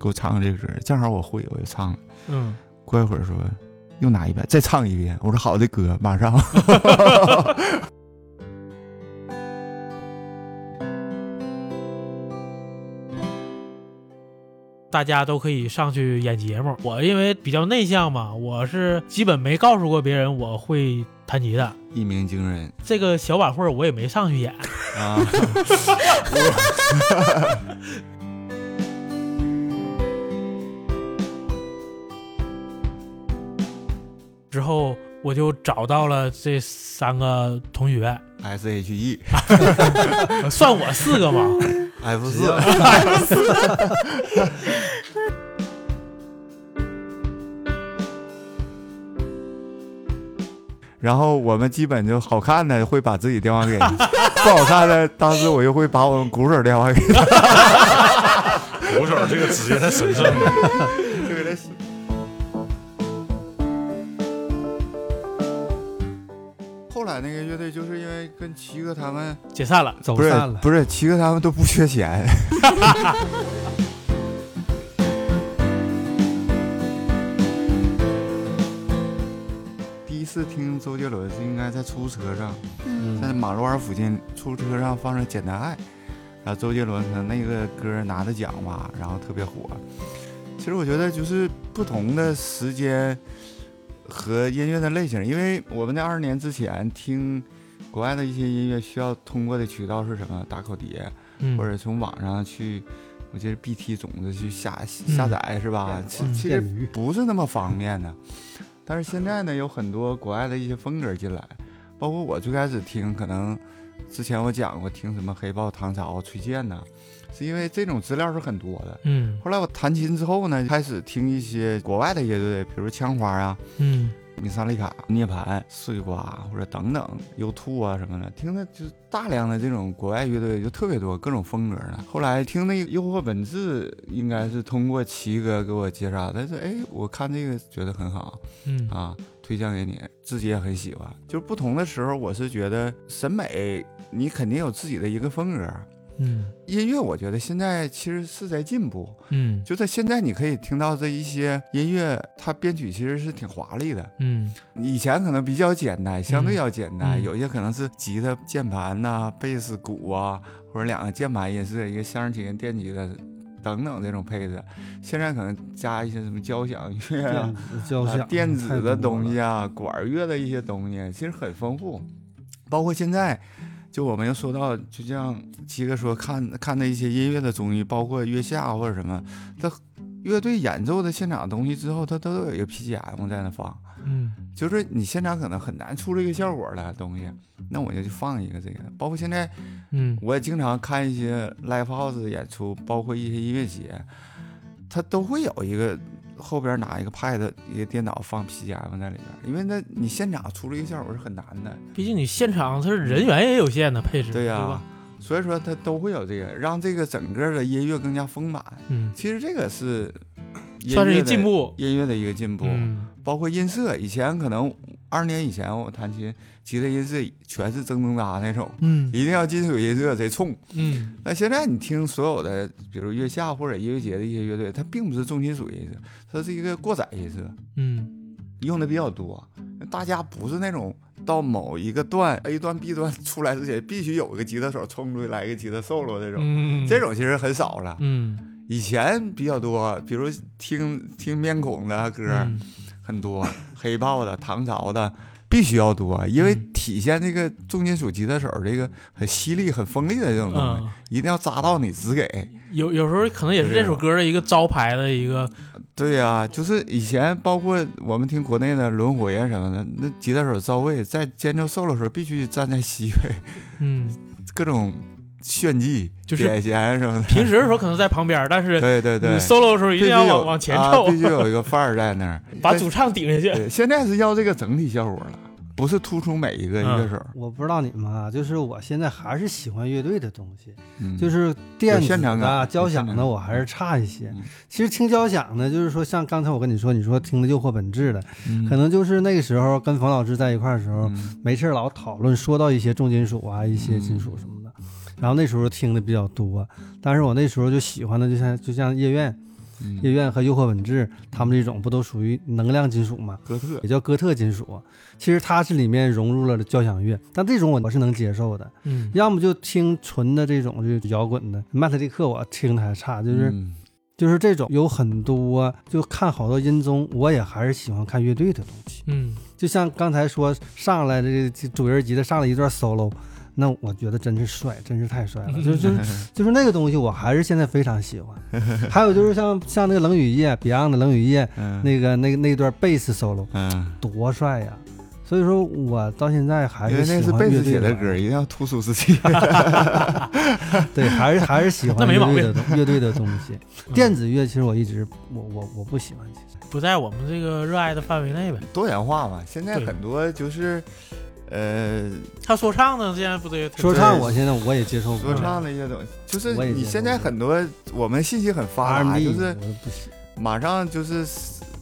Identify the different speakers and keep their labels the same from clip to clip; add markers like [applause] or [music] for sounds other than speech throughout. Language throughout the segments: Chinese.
Speaker 1: 给我唱这个歌儿，正好我会，我就唱了。
Speaker 2: 嗯，
Speaker 1: 过一会儿说又拿一遍，再唱一遍。我说好的哥，马上。
Speaker 2: 大家都可以上去演节目。我因为比较内向嘛，我是基本没告诉过别人我会弹吉他。
Speaker 1: 一鸣惊人
Speaker 2: 这个小晚会儿我也没上去演，
Speaker 1: 啊！
Speaker 2: 之后我就找到了这三个同学，
Speaker 1: [laughs] S H [laughs] E
Speaker 2: 算我四个嘛。
Speaker 1: F
Speaker 3: 直接
Speaker 1: 四，啊 [laughs] 然后我们基本就好看的会把自己电话 [laughs] 给你，不好看的当时我就会把我们鼓手电话给他，
Speaker 3: 鼓手这个职业太神圣了。
Speaker 1: 就给他洗。 [laughs] 后来那个乐队就是因为跟齐哥他们
Speaker 2: 解散了，
Speaker 4: 走
Speaker 1: 不是
Speaker 4: 散了。
Speaker 1: 不是齐哥他们都不缺
Speaker 4: [laughs]
Speaker 1: 钱，第一次听周杰伦是应该在出租车上，
Speaker 4: 嗯
Speaker 1: 在马路二附近出租车上放着《简单爱》，然后周杰伦他那个歌拿的奖吧，然后特别火。其实我觉得就是不同的时间和音乐的类型，因为我们在二十年之前听国外的一些音乐，需要通过的渠道是什么？打口碟，
Speaker 2: 嗯
Speaker 1: 或者从网上去，我记得 BT 种子去下
Speaker 2: 嗯
Speaker 1: 下载是吧？其
Speaker 2: 嗯
Speaker 1: 其实
Speaker 4: 电驴，
Speaker 1: 不是那么方便的。但是现在呢，有很多国外的一些风格进来，包括我最开始听，可能之前我讲过听什么黑豹、唐朝、崔健呐，是因为这种资料是很多的。
Speaker 2: 嗯
Speaker 1: 后来我弹琴之后呢，开始听一些国外的乐队，比如枪花啊、
Speaker 2: 嗯
Speaker 1: 米萨利卡、涅槃、碎瓜或者等等 U t 啊什么的，听的就是大量的这种国外乐队就特别多，各种风格的。后来听那个诱惑本质，应该是通过奇哥给我介绍，但是哎，我看这个觉得很好
Speaker 2: 嗯
Speaker 1: 啊，推荐给你，自己也很喜欢。就是不同的时候，我是觉得审美你肯定有自己的一个风格。
Speaker 2: 嗯
Speaker 1: 音乐，我觉得现在其实是在进步，
Speaker 2: 嗯
Speaker 1: 就在现在你可以听到这一些音乐，它编曲其实是挺华丽的，
Speaker 2: 嗯
Speaker 1: 以前可能比较简单，相对要简单，
Speaker 2: 嗯
Speaker 1: 有些可能是吉他、键盘呐、贝斯、鼓啊，或者两个键盘音色，一个箱琴、电吉他等等这种配置。现在可能加一些什么交响乐啊 [laughs]
Speaker 4: 电、子交
Speaker 1: 啊
Speaker 4: 响、
Speaker 1: 电子的东西
Speaker 4: 啊，
Speaker 1: 啊、管乐的一些东西，啊其实很丰富。包括现在，就我们又说到，就像七哥说，看看的一些音乐的综艺，包括月下或者什么，他乐队演奏的现场东西之后，他都有一个 PGM 在那放。
Speaker 2: 嗯
Speaker 1: 就是你现场可能很难出这个效果了东西，那我就去放一个这个。包括现在
Speaker 2: 嗯
Speaker 1: 我也经常看一些 live house 的演出，包括一些音乐节，它都会有一个后边拿一个 pad 一个电脑放 PGM 在里边，因为那你现场出这个效果是很难的。
Speaker 2: 毕竟你现场它是人员也有限的配置，
Speaker 1: 对
Speaker 2: 对
Speaker 1: 呀、
Speaker 2: 吧？
Speaker 1: 所以说它都会有这个，让这个整个的音乐更加丰满。
Speaker 2: 嗯，
Speaker 1: 其实这个是音乐的
Speaker 2: 算是一个进，步。
Speaker 1: 音乐的一个进步。
Speaker 2: 嗯
Speaker 1: 包括音色，以前可能二十年以前我弹琴，吉他音色全是铮铮嘎那种，
Speaker 2: 嗯
Speaker 1: 一定要金属音色贼冲。
Speaker 2: 嗯
Speaker 1: 那现在你听所有的，比如月下或者音乐节的一些乐队，它并不是重金属音色，它是一个过载音色，
Speaker 2: 嗯
Speaker 1: 用的比较多。大家不是那种到某一个段 A 段 B 段出来之前必须有一个吉他手冲出来一个吉他 solo 这种，
Speaker 2: 嗯，
Speaker 1: 这种其实很少了。
Speaker 2: 嗯
Speaker 1: 以前比较多，比如听听面孔的歌，
Speaker 2: 嗯
Speaker 1: 很多， [laughs] 黑豹的、唐朝的必须要多，因为
Speaker 2: 嗯
Speaker 1: 体现这个重金属吉他手这个很犀利、很锋利的这种东西，
Speaker 2: 嗯，
Speaker 1: 一定要扎到你只给。
Speaker 2: 有有时候可能也是这首歌的一个招牌的一个
Speaker 1: 对呀、就是以前包括我们听国内的轮回啊什么的，那吉他手赵卫在间奏 solo 的时候必须站在西位，
Speaker 2: 嗯，
Speaker 1: 各种炫技、
Speaker 2: 就是
Speaker 1: 点弦什么的。
Speaker 2: 平时的时候可能在旁边，但是
Speaker 1: 对对对
Speaker 2: 你，solo 的时候一
Speaker 1: 必须
Speaker 2: 定要
Speaker 1: 有
Speaker 2: 往往前
Speaker 1: 啊
Speaker 2: 凑 [laughs]
Speaker 1: 必，须有一个范儿在那儿，
Speaker 2: 把主唱顶下去。
Speaker 1: 对现在是要这个整体效果了。不是突出每一个
Speaker 2: 嗯
Speaker 1: 乐手，
Speaker 4: 我不知道你们啊，就是我现在还是喜欢乐队的东西，
Speaker 1: 嗯
Speaker 4: 就是电
Speaker 1: 有
Speaker 4: 子
Speaker 1: 现场感
Speaker 4: 的、
Speaker 1: 有
Speaker 4: 交
Speaker 1: 现
Speaker 4: 响
Speaker 1: 场
Speaker 4: 的，
Speaker 1: 感
Speaker 4: 我还是差一些
Speaker 1: 嗯。
Speaker 4: 其实听交响呢，就是说像刚才我跟你说，你说听的《诱惑本质》的，
Speaker 1: 嗯
Speaker 4: 可能就是那个时候跟冯老师在一块儿的时候，
Speaker 1: 嗯
Speaker 4: 没事儿老讨论说到一些重金属啊、一些金属什么的，
Speaker 1: 嗯
Speaker 4: 然后那时候听的比较多。但是我那时候就喜欢的，就像就像夜愿、
Speaker 1: 嗯
Speaker 4: 夜愿和诱惑本质他们这种，不都属于能量金属吗？
Speaker 1: 哥特
Speaker 4: 也叫哥特金属，其实它是里面融入了交响乐，但这种我是能接受的。
Speaker 2: 嗯
Speaker 4: 要么就听纯的这种就是摇滚的，曼特利克我听的还差，就是、
Speaker 1: 嗯
Speaker 4: 就是这种有很多，就看好多音综，我也还是喜欢看乐队的东西。
Speaker 2: 嗯
Speaker 4: 就像刚才说上来这这主人级的上来一段 solo，那我觉得真是帅，真是太帅了，
Speaker 1: 嗯
Speaker 4: 就 [laughs] 就就是那个东西我还是现在非常喜欢。还有就是像像那个冷雨夜 Beyond 的冷雨夜
Speaker 1: [laughs] 嗯
Speaker 4: 那个那个那段贝斯 solo
Speaker 1: 嗯，
Speaker 4: 多帅呀！所以说我到现在还
Speaker 1: 因
Speaker 4: 是
Speaker 1: 为那
Speaker 4: 啊喜
Speaker 1: 是
Speaker 4: 欢
Speaker 1: 贝
Speaker 4: 乐
Speaker 1: 斯
Speaker 4: 队
Speaker 1: 写的歌，一定要突出自
Speaker 4: [laughs]
Speaker 1: 己。
Speaker 4: 对，还是还是喜
Speaker 2: [laughs] 那
Speaker 4: 欢
Speaker 2: 没
Speaker 4: 乐
Speaker 2: 毛
Speaker 4: 队的东乐队的东西。
Speaker 2: 嗯
Speaker 4: [laughs] 电子乐其实我一直我我我不喜欢，其实
Speaker 2: 不在我们这个热爱的范围内呗。
Speaker 1: 多元化嘛，现在
Speaker 2: 对
Speaker 1: 很多就是，呃，
Speaker 2: 他说唱呢，现在不对，
Speaker 4: 说唱我现在我也接受不
Speaker 1: 说
Speaker 4: 了，
Speaker 1: 唱的一些东西，就是
Speaker 4: 我也
Speaker 1: 你
Speaker 4: 接
Speaker 1: 现
Speaker 4: 受
Speaker 1: 在
Speaker 4: 不
Speaker 1: 很多我们信息很发
Speaker 4: R&B
Speaker 1: 达，就是
Speaker 4: 我不喜
Speaker 1: 马上就是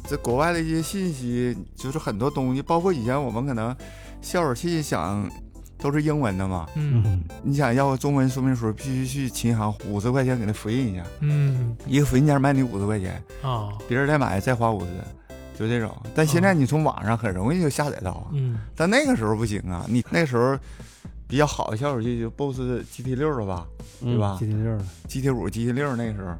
Speaker 1: 这国外的一些信息，就是很多东西，包括以前我们可能效果器想都是英文的嘛，
Speaker 2: 嗯
Speaker 4: 嗯，
Speaker 1: 你想要个中文说明书，必须去琴行五十块钱给他复印一下，
Speaker 2: 嗯
Speaker 1: 一个复印件卖你五十块钱，
Speaker 2: 啊
Speaker 1: 别人再买再花五十，就这种。但现在你从网上很容易就下载到啊，
Speaker 2: 嗯
Speaker 1: 但那个时候不行啊，你那时候比较好的效果器就 BOSS GT 六了吧对吧
Speaker 4: ？G T 六的，
Speaker 1: ，GT 五、GT 六那时候，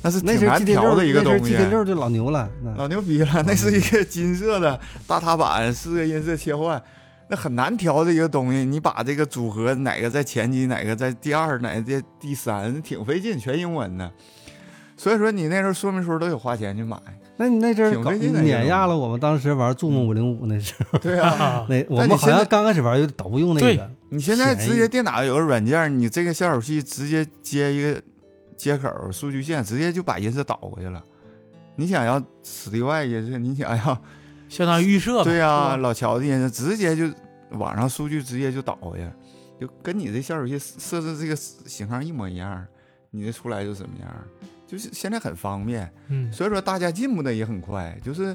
Speaker 1: 那是
Speaker 4: 那
Speaker 1: 挺
Speaker 4: 时候
Speaker 1: 难
Speaker 4: G T
Speaker 1: 调
Speaker 4: 六
Speaker 1: 的一个东西。啊
Speaker 4: ，G T 六就老牛了，嗯那
Speaker 1: 老牛逼了，那是一个金色的大踏板，四个音色切换，那很难调的一个东西。你把这个组合哪个在前几，哪个在第二，哪个在第三，挺费劲，全英文的。所以说你那时候说明书都得花钱去
Speaker 4: [laughs]
Speaker 1: 买，
Speaker 4: 那你那阵儿
Speaker 1: 挺
Speaker 4: 搞
Speaker 1: 费劲的一个
Speaker 4: 碾压了我们当时玩 Zoom 五零五那时
Speaker 1: [laughs]
Speaker 4: 候，
Speaker 1: 对啊。
Speaker 2: 啊，
Speaker 4: 那我
Speaker 1: 但你
Speaker 4: 们好
Speaker 1: 现
Speaker 4: 像
Speaker 1: 在
Speaker 4: 刚开始玩就都不用那
Speaker 2: 对
Speaker 4: 个，
Speaker 1: 你现在
Speaker 4: 便宜
Speaker 1: 直接电脑有个软件，你这个效果器直接接一个接口数据线，直接就把音色导过去了。你想要史迪外音色，你
Speaker 4: [laughs]
Speaker 1: 想要
Speaker 4: 啊
Speaker 2: 相当于预设吧。
Speaker 1: 对呀、啊
Speaker 2: 是吧
Speaker 1: 老乔的音色直接就网上数据直接就导过去，就跟你这效果器设置这个型号一模一样，你这出来就什么样，就是现在很方便，
Speaker 2: 嗯
Speaker 1: 所以说大家进步的也很快。就是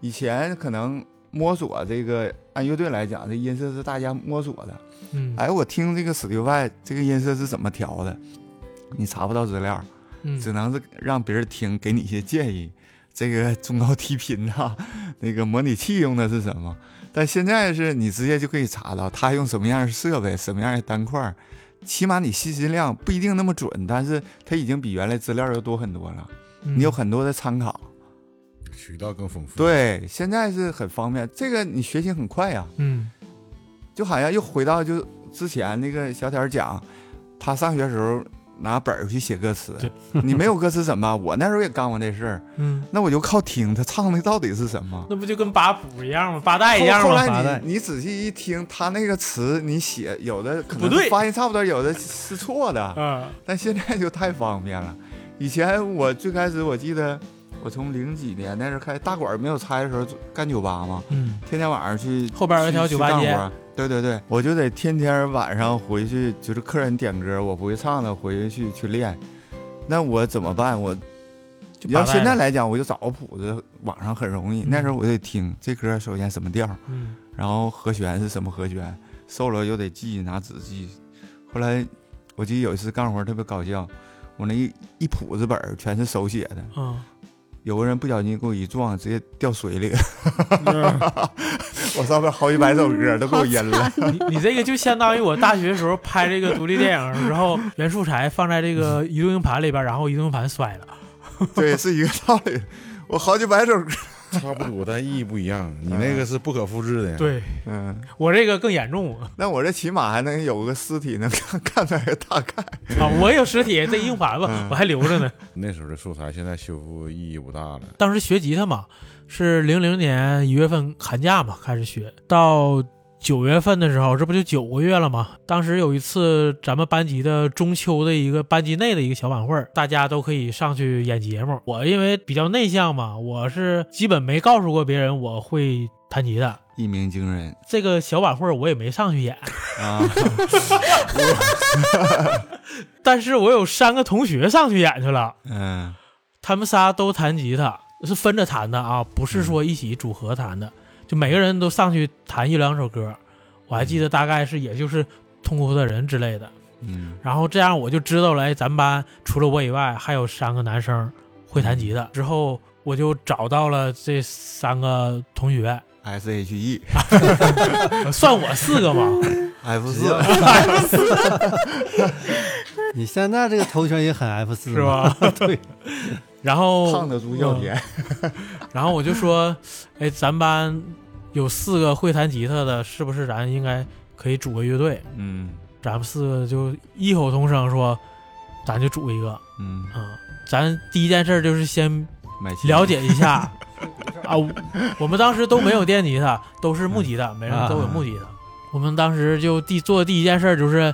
Speaker 1: 以前可能摸索这个，按乐队来讲，这音色是大家摸索的。
Speaker 2: 嗯，
Speaker 1: 哎，我听这个 s t u i 这个音色是怎么调的，你查不到资料，
Speaker 2: 嗯
Speaker 1: 只能是让别人听，给你一些建议。这个 [laughs] 中高低频呐、那个模拟器用的是什么？但现在是你直接就可以查到他用什么样的设备、什么样的单块儿，起码你信息量不一定那么准，但是它已经比原来资料要多很多了，
Speaker 2: 嗯
Speaker 1: 你有很多的参考。
Speaker 3: 渠道更丰富。，
Speaker 1: 对，现在是很方便，这个你学习很快呀、
Speaker 2: 嗯
Speaker 1: 就好像又回到就之前那个小点讲，他上学时候拿本儿去写歌词
Speaker 2: 对，
Speaker 1: 你没有歌词怎么办？我那时候也干过这事儿，
Speaker 2: 嗯，
Speaker 1: 那我就靠听他唱的到底是什么。
Speaker 2: 那不就跟八谱一样吗？八代一
Speaker 1: 后
Speaker 2: 样
Speaker 1: 后
Speaker 2: 吗？
Speaker 4: 麻
Speaker 1: 来
Speaker 4: 袋
Speaker 1: 你你仔细一听，他那个词你写有的可
Speaker 2: 不
Speaker 1: 能
Speaker 2: 对
Speaker 1: 发音差不多，有的是错的，
Speaker 2: 啊，
Speaker 1: 但现在就太方便了。以前我最开始我记得，我从零几年那时候开始大馆儿没有拆的时候干酒吧嘛，
Speaker 2: 嗯，
Speaker 1: 天天晚上去
Speaker 2: 后边有一条
Speaker 1: 去
Speaker 2: 酒吧。
Speaker 1: 去干
Speaker 2: 街，
Speaker 1: 活对对对，我就得天天晚上回去，就是客人点歌，我不会唱的，回去去练。那我怎么办？我
Speaker 2: 就
Speaker 1: 你要
Speaker 2: 八代
Speaker 1: 现在
Speaker 2: 了，
Speaker 1: 来讲，我就找个谱子，网上很容易。
Speaker 2: 嗯
Speaker 1: 那时候我得听这歌，首先什么调，
Speaker 2: 嗯
Speaker 1: 然后和弦是什么和弦，solo 又得记，拿纸记。后来我记得有一次干活特别搞笑，我那一一谱子本儿全是手写的，
Speaker 2: 嗯，
Speaker 1: 有个人不小心给我一撞，直接掉水里了。 [laughs] 我上面好几百首歌嗯都给我淹了。
Speaker 2: 你你这个就相当于我大学时候拍这个独立电影，然后原素材放在这个移动硬盘里边，然后移动硬盘摔了。
Speaker 1: 对，是一个道理。我好几百首歌，
Speaker 3: 差不多，但意义不一样。你那个是不可复制的。，
Speaker 2: 对
Speaker 1: [laughs] 嗯，
Speaker 2: 我这个更严重啊！
Speaker 1: 那我这起码还能有个尸体能 [laughs] 看看出来个大概。
Speaker 2: 我有实体，这硬盘吧
Speaker 1: 嗯
Speaker 2: 我还留着呢。
Speaker 3: 那时候的素材现在修复意义不大了。
Speaker 2: 当时学吉他嘛，是零零年一月份寒假嘛开始学，到九月份的时候，这不就九个月了吗？当时有一次咱们班级的中秋的一个班级内的一个小晚会儿，大家都可以上去演节目。我因为比较内向嘛，我是基本没告诉过别人我会弹弹吉他。
Speaker 1: 一鸣惊人
Speaker 2: 这个小晚会儿我也没上去演，
Speaker 1: 啊！ [laughs]
Speaker 2: 但是我有三个同学上去演去了，
Speaker 1: 嗯
Speaker 2: 他们仨都弹吉他，是分着弹的啊，不是说一起组合弹的，就每个人都上去弹一两首歌。我还记得大概是也就是《痛苦的人》之类的。
Speaker 1: 嗯
Speaker 2: 然后这样我就知道了，哎，咱班除了我以外还有三个男生会弹吉他。之后我就找到了这三个同学，
Speaker 1: ，S H E
Speaker 2: 算我四个吧。
Speaker 1: F
Speaker 4: 直接
Speaker 1: 四，
Speaker 4: [laughs]
Speaker 2: [laughs]
Speaker 4: 你现在这个头衔也很 F 四
Speaker 2: 是？吧？
Speaker 4: 对，
Speaker 2: 然后嗯
Speaker 1: 胖的猪叫甜，
Speaker 2: 然后我就说，哎，咱班有四个会弹吉他的，是不是咱应该可以组个乐队？
Speaker 1: 嗯
Speaker 2: 咱们四个就异口同声说，咱就组一个啊、
Speaker 1: 嗯，
Speaker 2: 嗯咱第一件事就是先
Speaker 1: 买齐
Speaker 2: 了解一下 [laughs] 啊，我我们当时都没有电吉他，都是木吉他，每人都有木吉他。我们当时就第做第一件事就是，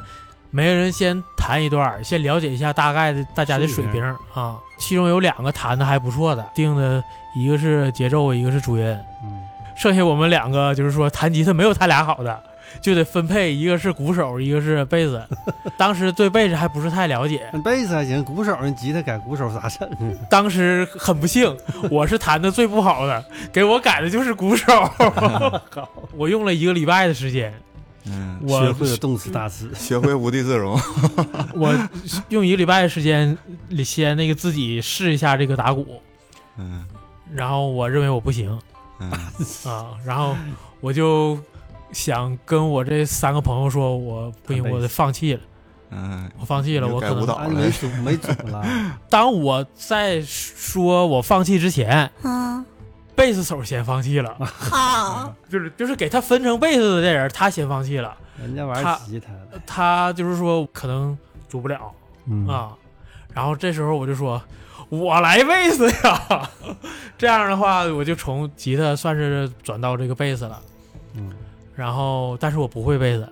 Speaker 2: 每个人先弹一段儿，先了解一下大概的大家的水平儿啊。其中有两个弹的还不错的，定的一个是节奏，一个是主音，
Speaker 4: 嗯，
Speaker 2: 剩下我们两个就是说弹吉他没有他俩好的。就得分配，一个是鼓手，一个是贝斯。 [laughs] 当时对贝斯还不是太了解，
Speaker 4: 那贝斯还行，鼓手人吉他改鼓手咋整啊？
Speaker 2: 当时很不
Speaker 1: [laughs]
Speaker 2: 幸，我是弹的最不好的，给我改的就是鼓手。
Speaker 1: [laughs]
Speaker 2: 我用了一个礼拜的时间，
Speaker 1: 嗯，
Speaker 4: 学
Speaker 2: 我
Speaker 4: 会了动词大词，
Speaker 1: 学会无地自容，
Speaker 2: 我用一个礼拜的时间里先那个自己试一下这个打鼓，
Speaker 1: [laughs] 嗯
Speaker 2: 然后我认为我不行
Speaker 1: 嗯
Speaker 2: [laughs] 啊，然后我就想跟我这三个朋友说，我不行，
Speaker 4: 弹贝斯
Speaker 2: 我得放弃了，
Speaker 1: 嗯，
Speaker 2: 我放弃了，
Speaker 1: 啊你就
Speaker 2: 我
Speaker 1: 改
Speaker 2: 可
Speaker 1: 舞蹈了
Speaker 2: 能
Speaker 4: 啊，你没组没组了，
Speaker 2: 当我在说我放弃之前，
Speaker 5: 啊
Speaker 2: 贝斯手先放弃了，
Speaker 5: 啊！
Speaker 2: 就是就是给他分成贝斯的这人，他先放弃了。
Speaker 4: 人家玩
Speaker 2: 他
Speaker 4: 吉他的，
Speaker 2: 他就是说可能组不了
Speaker 4: 嗯，
Speaker 2: 啊。然后这时候我就说，我来贝斯呀。 [laughs] 这样的话，我就从吉他算是转到这个贝斯了。
Speaker 4: 嗯，
Speaker 2: 然后，但是我不会贝斯，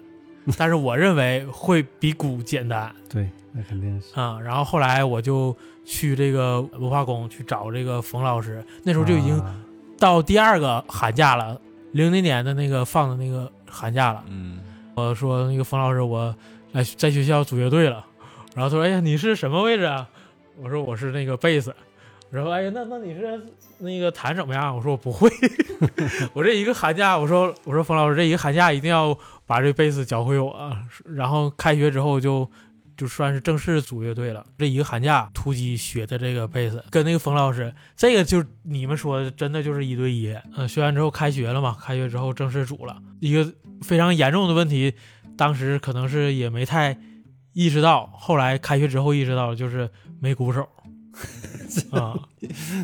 Speaker 2: 但是我认为会比鼓简单
Speaker 4: 对，那肯定是，
Speaker 2: 啊。然后后来我就去这个文化宫去找这个冯老师，那时候就已经
Speaker 4: 啊
Speaker 2: 到第二个寒假了，零零年的那个放的那个寒假了。
Speaker 1: 嗯
Speaker 2: 我说那个冯老师，我来在学校组乐队了。然后他说：“哎呀，你是什么位置啊？”我说：“我是那个贝斯。”然后哎呀，那那你是那个弹怎么样？我说我不会。 [laughs] 我这一个寒假，我说我说冯老师，这一个寒假一定要把这贝斯教会我啊。然后开学之后就就算是正式组乐队了。这一个寒假突击学的这个贝斯，跟那个冯老师，这个就你们说的，真的就是一对一。嗯，学完之后开学了嘛，开学之后正式组了，一个非常严重的问题，当时可能是也没太意识到，后来开学之后意识到了，就是没鼓
Speaker 4: [laughs]
Speaker 2: 手。啊、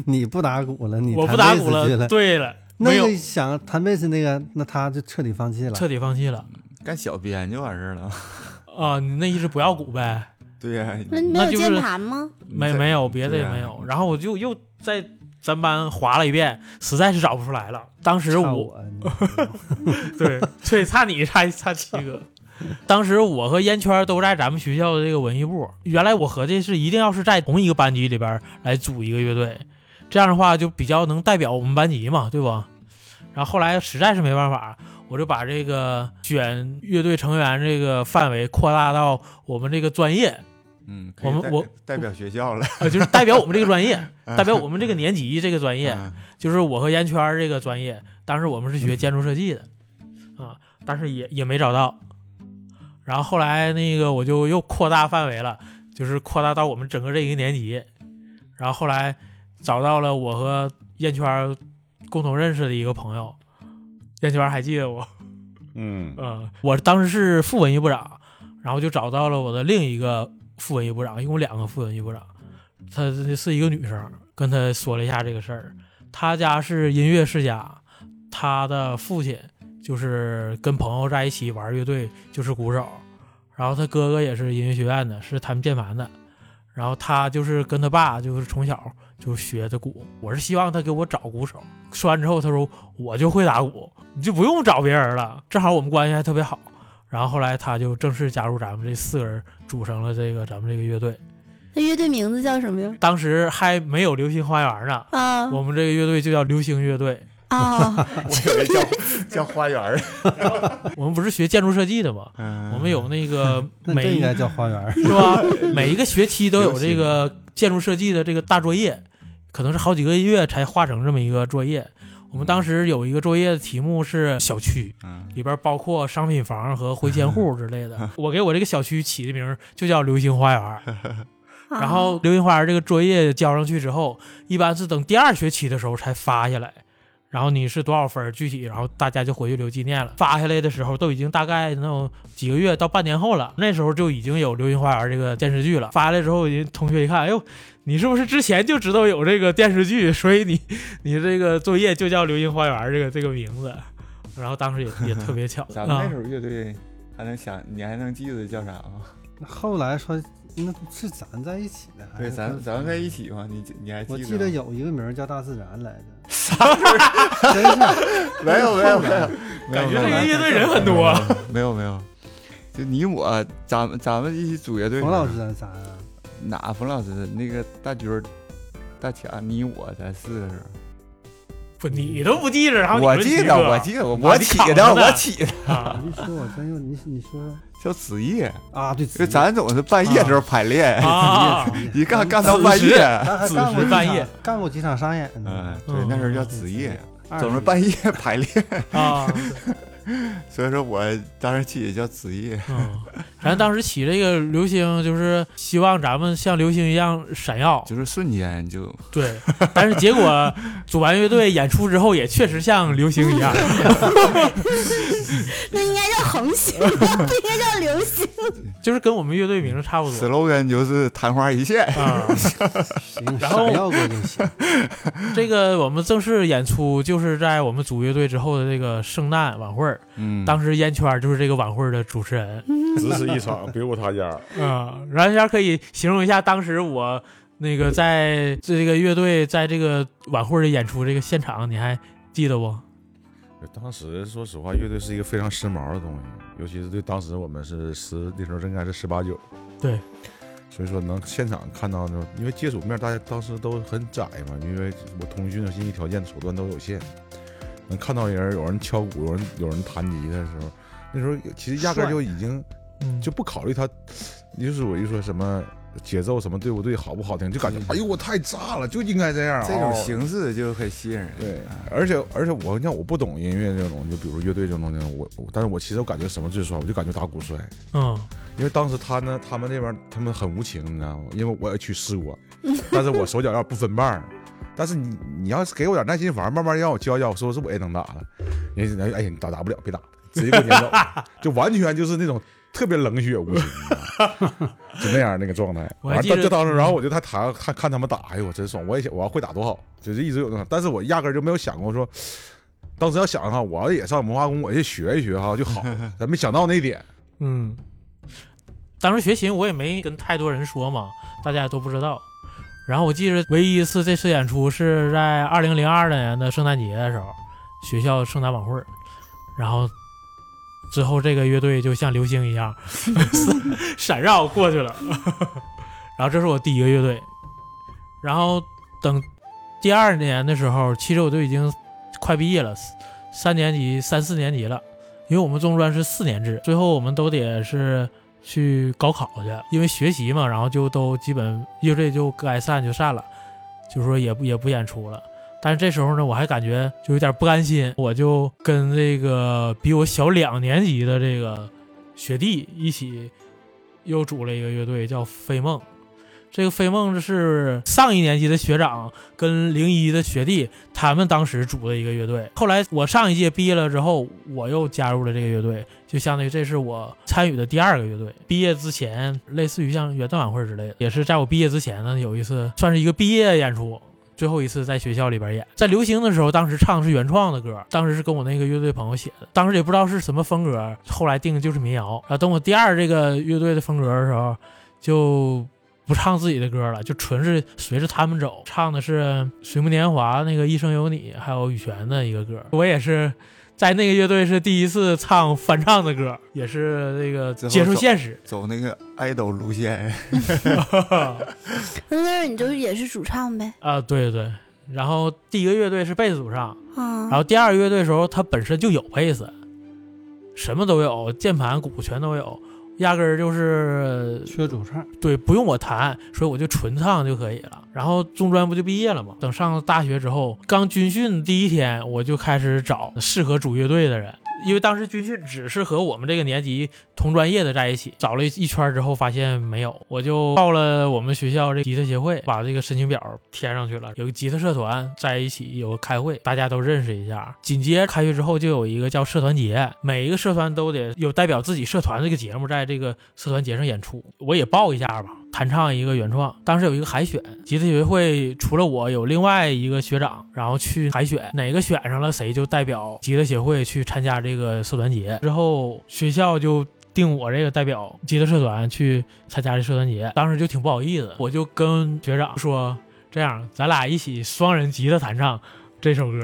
Speaker 4: 你不打鼓了，你
Speaker 2: 我不
Speaker 4: 弹
Speaker 2: 打
Speaker 4: 贝斯
Speaker 2: 鼓
Speaker 4: 去
Speaker 2: 了，
Speaker 4: 了，
Speaker 2: 对了，没
Speaker 4: 那
Speaker 2: 有
Speaker 4: 个想弹贝斯那个，那他就彻底放弃了。
Speaker 2: 彻底放弃了
Speaker 1: 干小编就完事儿了。
Speaker 2: 啊！你那意思不要鼓呗？
Speaker 1: 对呀，
Speaker 5: 那嗯你没有
Speaker 2: 那就是
Speaker 5: 键盘吗？
Speaker 2: 没没有别的也
Speaker 1: 对啊
Speaker 2: 没有，然后我就又在咱班划了一遍，实在是找不出来了。当时
Speaker 4: 差
Speaker 2: 我
Speaker 4: 我，
Speaker 2: [laughs]
Speaker 4: 你
Speaker 2: 对对，差你差差七个。当时我和烟圈都在咱们学校的这个文艺部，原来我合计是一定要是在同一个班级里边来组一个乐队，这样的话就比较能代表我们班级嘛，对吧？然后后来实在是没办法，我就把这个选乐队成员这个范围扩大到我们这个专业，
Speaker 1: 嗯，
Speaker 2: 我们
Speaker 1: 可以代
Speaker 2: 我
Speaker 1: 代表学校了， [laughs]
Speaker 2: 呃，就是代表我们这个专业，代表我们这个年级这个专业，
Speaker 1: 嗯
Speaker 2: 就是我和烟圈儿这个专业，当时我们是学建筑设计的，啊，但是也也没找到。然后后来那个我就又扩大范围了，就是扩大到我们整个这一个年级。然后后来找到了我和烟圈儿共同认识的一个朋友，烟圈儿还记得我，
Speaker 3: 嗯，
Speaker 2: 嗯，我当时是副文艺部长，然后就找到了我的另一个副文艺部长，一共两个副文艺部长，她是一个女生，跟她说了一下这个事儿。她家是音乐世家，她的父亲就是跟朋友在一起玩乐队，就是鼓手，然后她哥哥也是音乐学院的，是弹键盘的，然后她就是跟她爸就是从小就学的鼓。我是希望她给我找鼓手，说完之后她说我就会打鼓，你就不用找别人了。正好我们关系还特别好。然后后来他就正式加入咱们这四个人，组成了这个咱们这个乐队。
Speaker 5: 那乐队名字叫什么呀？
Speaker 2: 当时还没有流星花园呢，
Speaker 5: 啊，
Speaker 2: 我们这个乐队就叫流星乐队。 [laughs]
Speaker 5: 哦，
Speaker 1: 我以为叫叫花园儿。
Speaker 2: 我们不是学建筑设计的吗？
Speaker 1: [laughs] 嗯，
Speaker 2: 我们有那个
Speaker 4: [laughs] 那这
Speaker 2: 每
Speaker 4: 应该叫花园儿。
Speaker 2: 是吧？每一个学期都有这个建筑设计的这个大作业，可能是好几个月才画成这么一个作业。我们当时有一个作业的题目是小区，
Speaker 1: 嗯，
Speaker 2: 里边包括商品房和回迁户之类的。我给我这个小区起的名儿就叫“流星花园儿”。然
Speaker 1: 啊
Speaker 2: 后“流星花园儿”这个作业交上去之后，一般是等第二学期的时候才发下来。然后你是多少分儿具体，然后大家就回去留纪念了。发下来的时候都已经大概能有几个月到半年后了，那时候就已经有《流星花园》这个电视剧了。发下来之后，人同学一看，哎呦，你是不是之前就知道有这个电视剧，所以你你这个作业就叫《流星花园》这个这个名字？然后当时也也特别
Speaker 1: [laughs]
Speaker 2: 巧
Speaker 1: 咱们
Speaker 2: 啊
Speaker 1: 那时候乐队还能想，你还能记得叫啥吗？
Speaker 4: 后来说那是咱在一起的，还
Speaker 1: 对，
Speaker 4: 是
Speaker 1: 咱
Speaker 4: 跟
Speaker 1: 咱们在一起嘛，你你还
Speaker 4: 我
Speaker 1: 得
Speaker 4: 记
Speaker 1: 吗
Speaker 4: 得有一个名儿叫大自然来着，
Speaker 2: [laughs]
Speaker 4: 啥 [laughs] 真是
Speaker 1: [laughs] 没有没有没有，没有
Speaker 2: 感觉这个
Speaker 1: 没有
Speaker 2: 乐队人很多啊。
Speaker 1: 没有没有，就你我咱们咱们一起组乐队。
Speaker 4: 冯老师咱仨啊，
Speaker 1: 哪？冯老师那个大军儿、大强，你我咱四个人。
Speaker 2: 不，你都不记着，然后啊你
Speaker 1: 我
Speaker 2: 们
Speaker 1: 记
Speaker 2: 几
Speaker 1: 得
Speaker 2: 个
Speaker 1: 我记得我
Speaker 2: 啊
Speaker 1: 我
Speaker 2: 你
Speaker 1: 起
Speaker 2: 扛
Speaker 1: 的
Speaker 2: 着呢
Speaker 1: 我起的
Speaker 2: 啊，
Speaker 4: 你一说我真有你你说
Speaker 1: 叫子夜，
Speaker 4: 啊对，
Speaker 1: 因为咱总是半夜时候排练，
Speaker 2: 啊
Speaker 1: 一干干到半夜。[laughs]
Speaker 4: 咱还
Speaker 2: 子
Speaker 4: 干过
Speaker 2: 时
Speaker 4: 几
Speaker 2: 半
Speaker 4: 场
Speaker 2: 夜
Speaker 4: 干过几场商演
Speaker 1: 嗯
Speaker 4: 呢，，
Speaker 1: 对，那时候叫子夜，
Speaker 4: 二
Speaker 1: 总是
Speaker 4: 十
Speaker 1: 半夜排练， [laughs]
Speaker 2: 啊，
Speaker 1: 所以说我当时起也叫子夜。
Speaker 2: 嗯，咱当时起这个流星，就是希望咱们像流星一样闪耀，
Speaker 1: 就是瞬间就
Speaker 2: 对，但是结果组完乐队演出之后，也确实像流行
Speaker 1: [laughs]
Speaker 2: 一样。
Speaker 5: 那应该叫恒
Speaker 2: [laughs]
Speaker 5: 星，不应该叫流星。
Speaker 2: 就是跟我们乐队名字差不多
Speaker 1: slogan 就是昙花一现，
Speaker 2: 啊、
Speaker 4: 行，
Speaker 2: 然后
Speaker 4: 闪耀过就行。
Speaker 2: 这个我们正式演出就是在我们组乐队之后的这个圣诞晚会儿，
Speaker 1: 嗯，
Speaker 2: 当时烟圈就是这个晚会儿的主持人
Speaker 3: 只此一场，别过他家。
Speaker 1: 嗯
Speaker 2: 啊。然后烟圈可以形容一下当时我那个在这个乐队在这个晚会儿的演出这个现场，你还记得不？
Speaker 3: 当时说实话，乐队是一个非常时髦的东西，尤其是对当时我们是十那时候应该是十八九，
Speaker 2: 对，
Speaker 3: 所以说能现场看到那种，因为接触面大家当时都很窄嘛，因为我通讯的信息条件手段都有限，能看到人有人敲鼓，有人有人弹吉他的时候，那时候其实压根儿就已经
Speaker 2: 嗯，
Speaker 3: 就不考虑他，就是我一说什么节奏什么对不对好不好听，就感觉哎呦我太炸了，就应该这样，
Speaker 1: 嗯这种
Speaker 3: 哦
Speaker 1: 形式就很吸引人。
Speaker 3: 对
Speaker 1: 啊，
Speaker 3: 而且而且我你看我不懂音乐这种，就比如乐队这种东西，我我但是我其实我感觉什么最帅，我就感觉打鼓帅，
Speaker 2: 嗯，
Speaker 3: 因为当时他呢，他们那边他们很无情，你知道吗？因为我也去试过，但是我手脚要不分瓣儿。 [laughs] 但是你你要是给我点耐心房，慢慢让我教教，我说是我也能打了。人家哎呀，你打打不了，别打，直接给我撵走，
Speaker 2: [laughs]
Speaker 3: 就完全就是那种特别冷血无情，你知道吗就那样那个状态。
Speaker 2: [laughs] 我还
Speaker 3: 完
Speaker 2: 记得
Speaker 3: 了，就当时，然后我就他弹看看他们打，哎呦，我真爽！我也想我要会打多好，就是一直有那种，但是我压根儿就没有想过说，当时要想哈，我要也上文化宫，我去学一学哈就好，咱没想到那一点。
Speaker 2: 嗯，当时学琴我也没跟太多人说嘛，大家也都不知道。然后我记着唯一一次这次演出是在二零零二年的圣诞节的时候，学校圣诞晚会儿，然后之后这个乐队就像流星一样 [laughs] 闪绕过去了。 [laughs] 然后这是我第一个乐队，然后等第二年的时候，其实我都已经快毕业了，三年级、三四年级了。因为我们中专是四年制，最后我们都得是去高考去，因为学习嘛，然后就都基本乐队就该散就散了，就说也不也不演出了。但是这时候呢，我还感觉就有点不甘心，我就跟这个比我小两年级的这个学弟一起又组了一个乐队，叫飞梦。这个飞梦是上一年级的学长跟零一的学弟他们当时组的一个乐队。后来我上一届毕业了之后，我又加入了这个乐队，就相当于这是我参与的第二个乐队。毕业之前，类似于像元旦晚会之类的，也是在我毕业之前呢，有一次算是一个毕业演出。最后一次在学校里边演，在流行的时候，当时唱的是原创的歌，当时是跟我那个乐队朋友写的，当时也不知道是什么风格，后来定的就是民谣。啊，等我第二这个乐队的风格的时候，就不唱自己的歌了，就纯是随着他们走，唱的是《水木年华》那个《一生有你》，还有羽泉的一个歌。我也是在那个乐队是第一次唱翻唱的歌，也是那个接触现实。 [laughs]
Speaker 1: 走那个爱豆路线，
Speaker 2: 啊、
Speaker 5: 那你就也是主唱呗？
Speaker 2: 对对，然后第一个乐队是贝斯组上，
Speaker 5: 啊
Speaker 2: 然后第二个乐队的时候，它本身就有贝斯，什么都有，键盘、鼓全都有，压根儿就是
Speaker 4: 缺主唱，
Speaker 2: 对，不用我弹，所以我就纯唱就可以了。然后中专不就毕业了嘛？等上大学之后，刚军训第一天，我就开始找适合组乐队的人，因为当时军训只是和我们这个年级同专业的在一起。找了一一圈之后，发现没有，我就报了我们学校这吉他协会，把这个申请表填上去了。有个吉他社团在一起有个开会，大家都认识一下。紧接着开学之后，就有一个叫社团节，每一个社团都得有代表自己社团这个节目在这个社团节上演出，我也报一下吧，弹唱一个原创。当时有一个海选，吉他协会除了我有另外一个学长，然后去海选，哪个选上了谁就代表吉他协会去参加这个社团节。之后学校就定我这个代表吉他社团去参加这社团节，当时就挺不好意思，我就跟学长说，这样咱俩一起双人吉他弹唱这首歌，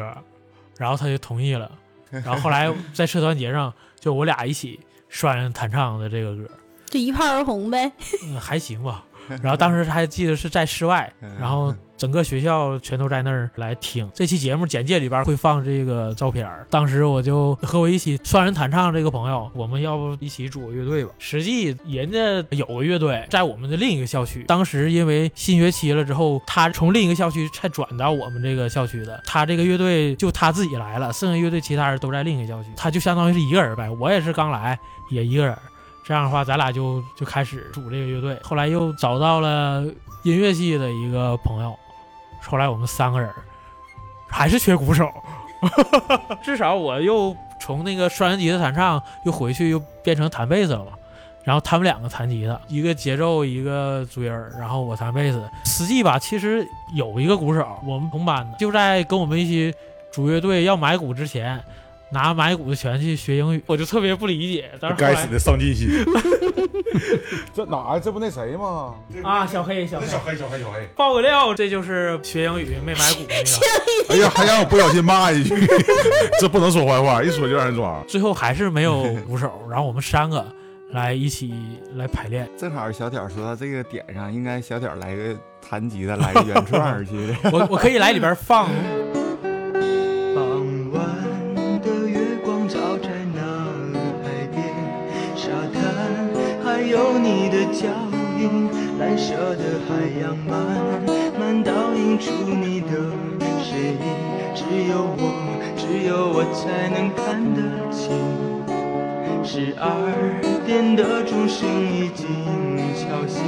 Speaker 2: 然后他就同意了。然后后来在社团节上，就我俩一起双人弹唱的这个歌。
Speaker 5: 就一炮而红呗。哎
Speaker 2: 嗯，还行吧。然后当时还记得是在室外，然后整个学校全都在那儿来听这期节目简介里边会放这个照片儿。当时我就和我一起双人弹唱这个朋友，我们要不一起组个乐队吧？实际人家有个乐队在我们的另一个校区，当时因为新学期了之后，他从另一个校区才转到我们这个校区的。他这个乐队就他自己来了，剩下乐队其他人都在另一个校区，他就相当于是一个人呗。我也是刚来，也一个人。这样的话，咱俩就就开始组这个乐队。后来又找到了音乐系的一个朋友，后来我们三个人还是缺鼓手， [laughs] 至少我又从那个双人吉他弹唱又回去又变成弹贝斯了嘛。然后他们两个弹吉他，一个节奏，一个追儿，然后我弹贝斯。实际吧，其实有一个鼓手，我们同班的，就在跟我们一起组乐队要买鼓之前，拿买鼓的钱去学英语，我就特别不理解。但是后来
Speaker 3: 该死的上进心！这哪儿？这不那谁吗？
Speaker 2: 啊，小黑，小黑，
Speaker 3: 黑，小黑，小黑。
Speaker 2: 爆个料，这就是学英语没买股那个，
Speaker 3: 哎呀，还让我不小心骂一句， [laughs] 这不能说坏话，一说就让人抓。
Speaker 2: 最后还是没 [laughs] 有鼓手，然后我们三个来一起来排 [laughs] 练，
Speaker 1: 正好小挑说到这个点上，应该小挑来个弹吉他，来个原创儿去的。
Speaker 2: 我我可以来里边放，
Speaker 6: 傍晚的月光照在那海边沙滩，还有你的脚印，蓝色的海洋慢慢倒映出你的身影，只有我，只有我才能看得清。十二点的钟声已经敲醒，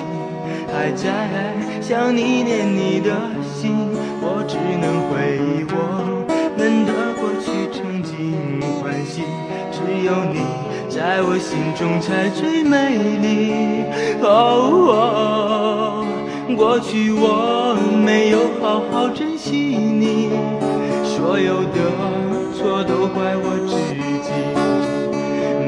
Speaker 6: 还在想你念你的心，我只能回忆我们的过去，曾经欢喜，只有你在我心中才最美丽。哦，哦过去我没有好好珍惜你，所有的错都怪我自己。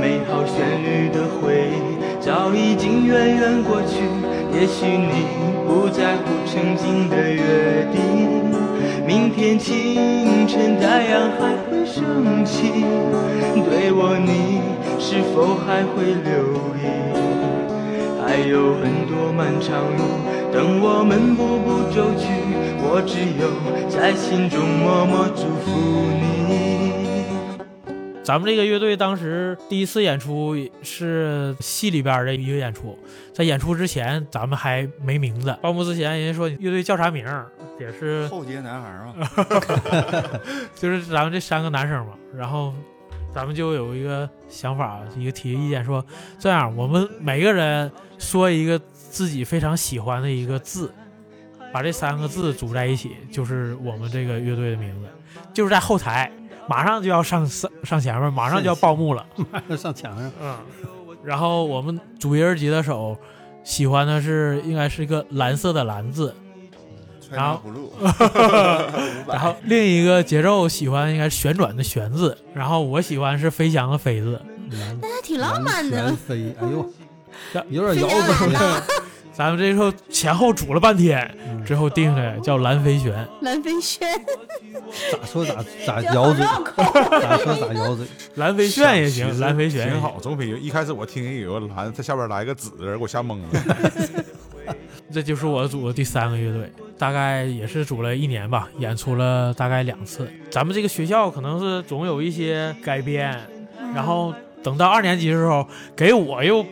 Speaker 6: 美好旋律的回忆早已经远远过去，也许你不在乎曾经的约定。明天清晨太阳还会升起，对我你是否还会留意？还有很多漫长路等我们步步走去，我只有在心中默默祝福你。
Speaker 2: 咱们这个乐队当时第一次演出是系里边的一个演出，在演出之前咱们还没名 [laughs] 字，报幕之前人家说你乐队叫啥名儿，也是
Speaker 1: 后街男孩嘛，
Speaker 2: 就是咱们这三个男生嘛，然后咱们就有一个想法，一个提意见说，这样我们每个人说一个自己非常喜欢的一个字，把这三个字组在一起，就是我们这个乐队的名字。就是在后台，马上就要上上上前面，马上就要报幕了。
Speaker 4: 上墙上，
Speaker 2: 嗯，然后我们主音吉他手喜欢的是应该是一个蓝色的蓝字，
Speaker 1: 穿
Speaker 2: 然
Speaker 1: 上
Speaker 2: 后
Speaker 1: 葫芦，
Speaker 2: 然后另一个节奏喜欢应该是旋转的旋字，然后我喜欢是飞翔的飞字。
Speaker 4: 蓝
Speaker 5: 那还挺浪漫
Speaker 4: 蓝
Speaker 5: 的
Speaker 4: 全，飞，哎呦
Speaker 2: 这，
Speaker 4: 有点摇滚了。
Speaker 2: 咱们这时候前后煮了半天，
Speaker 4: 嗯
Speaker 2: 之后定的叫蓝飞旋。
Speaker 5: 蓝飞旋，
Speaker 4: [laughs] 咋说咋
Speaker 5: [laughs]
Speaker 2: 啊
Speaker 4: 咋
Speaker 5: 觉得
Speaker 4: 咬
Speaker 5: 好
Speaker 4: 嘴，
Speaker 5: 绕口。
Speaker 4: 咋说咋咬嘴。
Speaker 2: 蓝飞旋也行
Speaker 3: 其，实
Speaker 2: 蓝飞旋也
Speaker 3: 挺
Speaker 2: 行
Speaker 3: 好。总比一开始我听有个蓝，它下边来个紫字，给我吓懵了。
Speaker 2: 这就是我组的第三个乐队，大概也是组了一年吧，演出了大概两次。咱们这个学校可能是总有一些改编，然后等到二年级的时候，给我又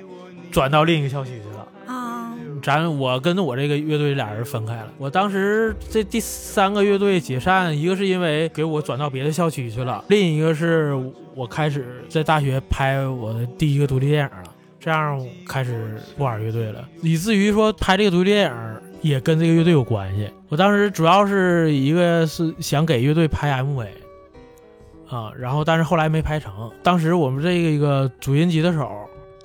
Speaker 2: 转到另一个校区去了。
Speaker 5: 啊，
Speaker 2: 咱我跟我这个乐队俩人分开了。我当时这第三个乐队解散，一个是因为给我转到别的校区去了，另一个是我开始在大学拍我的第一个独立电影了。这样我开始不玩乐队了，以至于说拍这个独立电影也跟这个乐队有关系。我当时主要是一个是想给乐队拍 MV。啊，然后但是后来没拍成。当时我们这个主音吉他手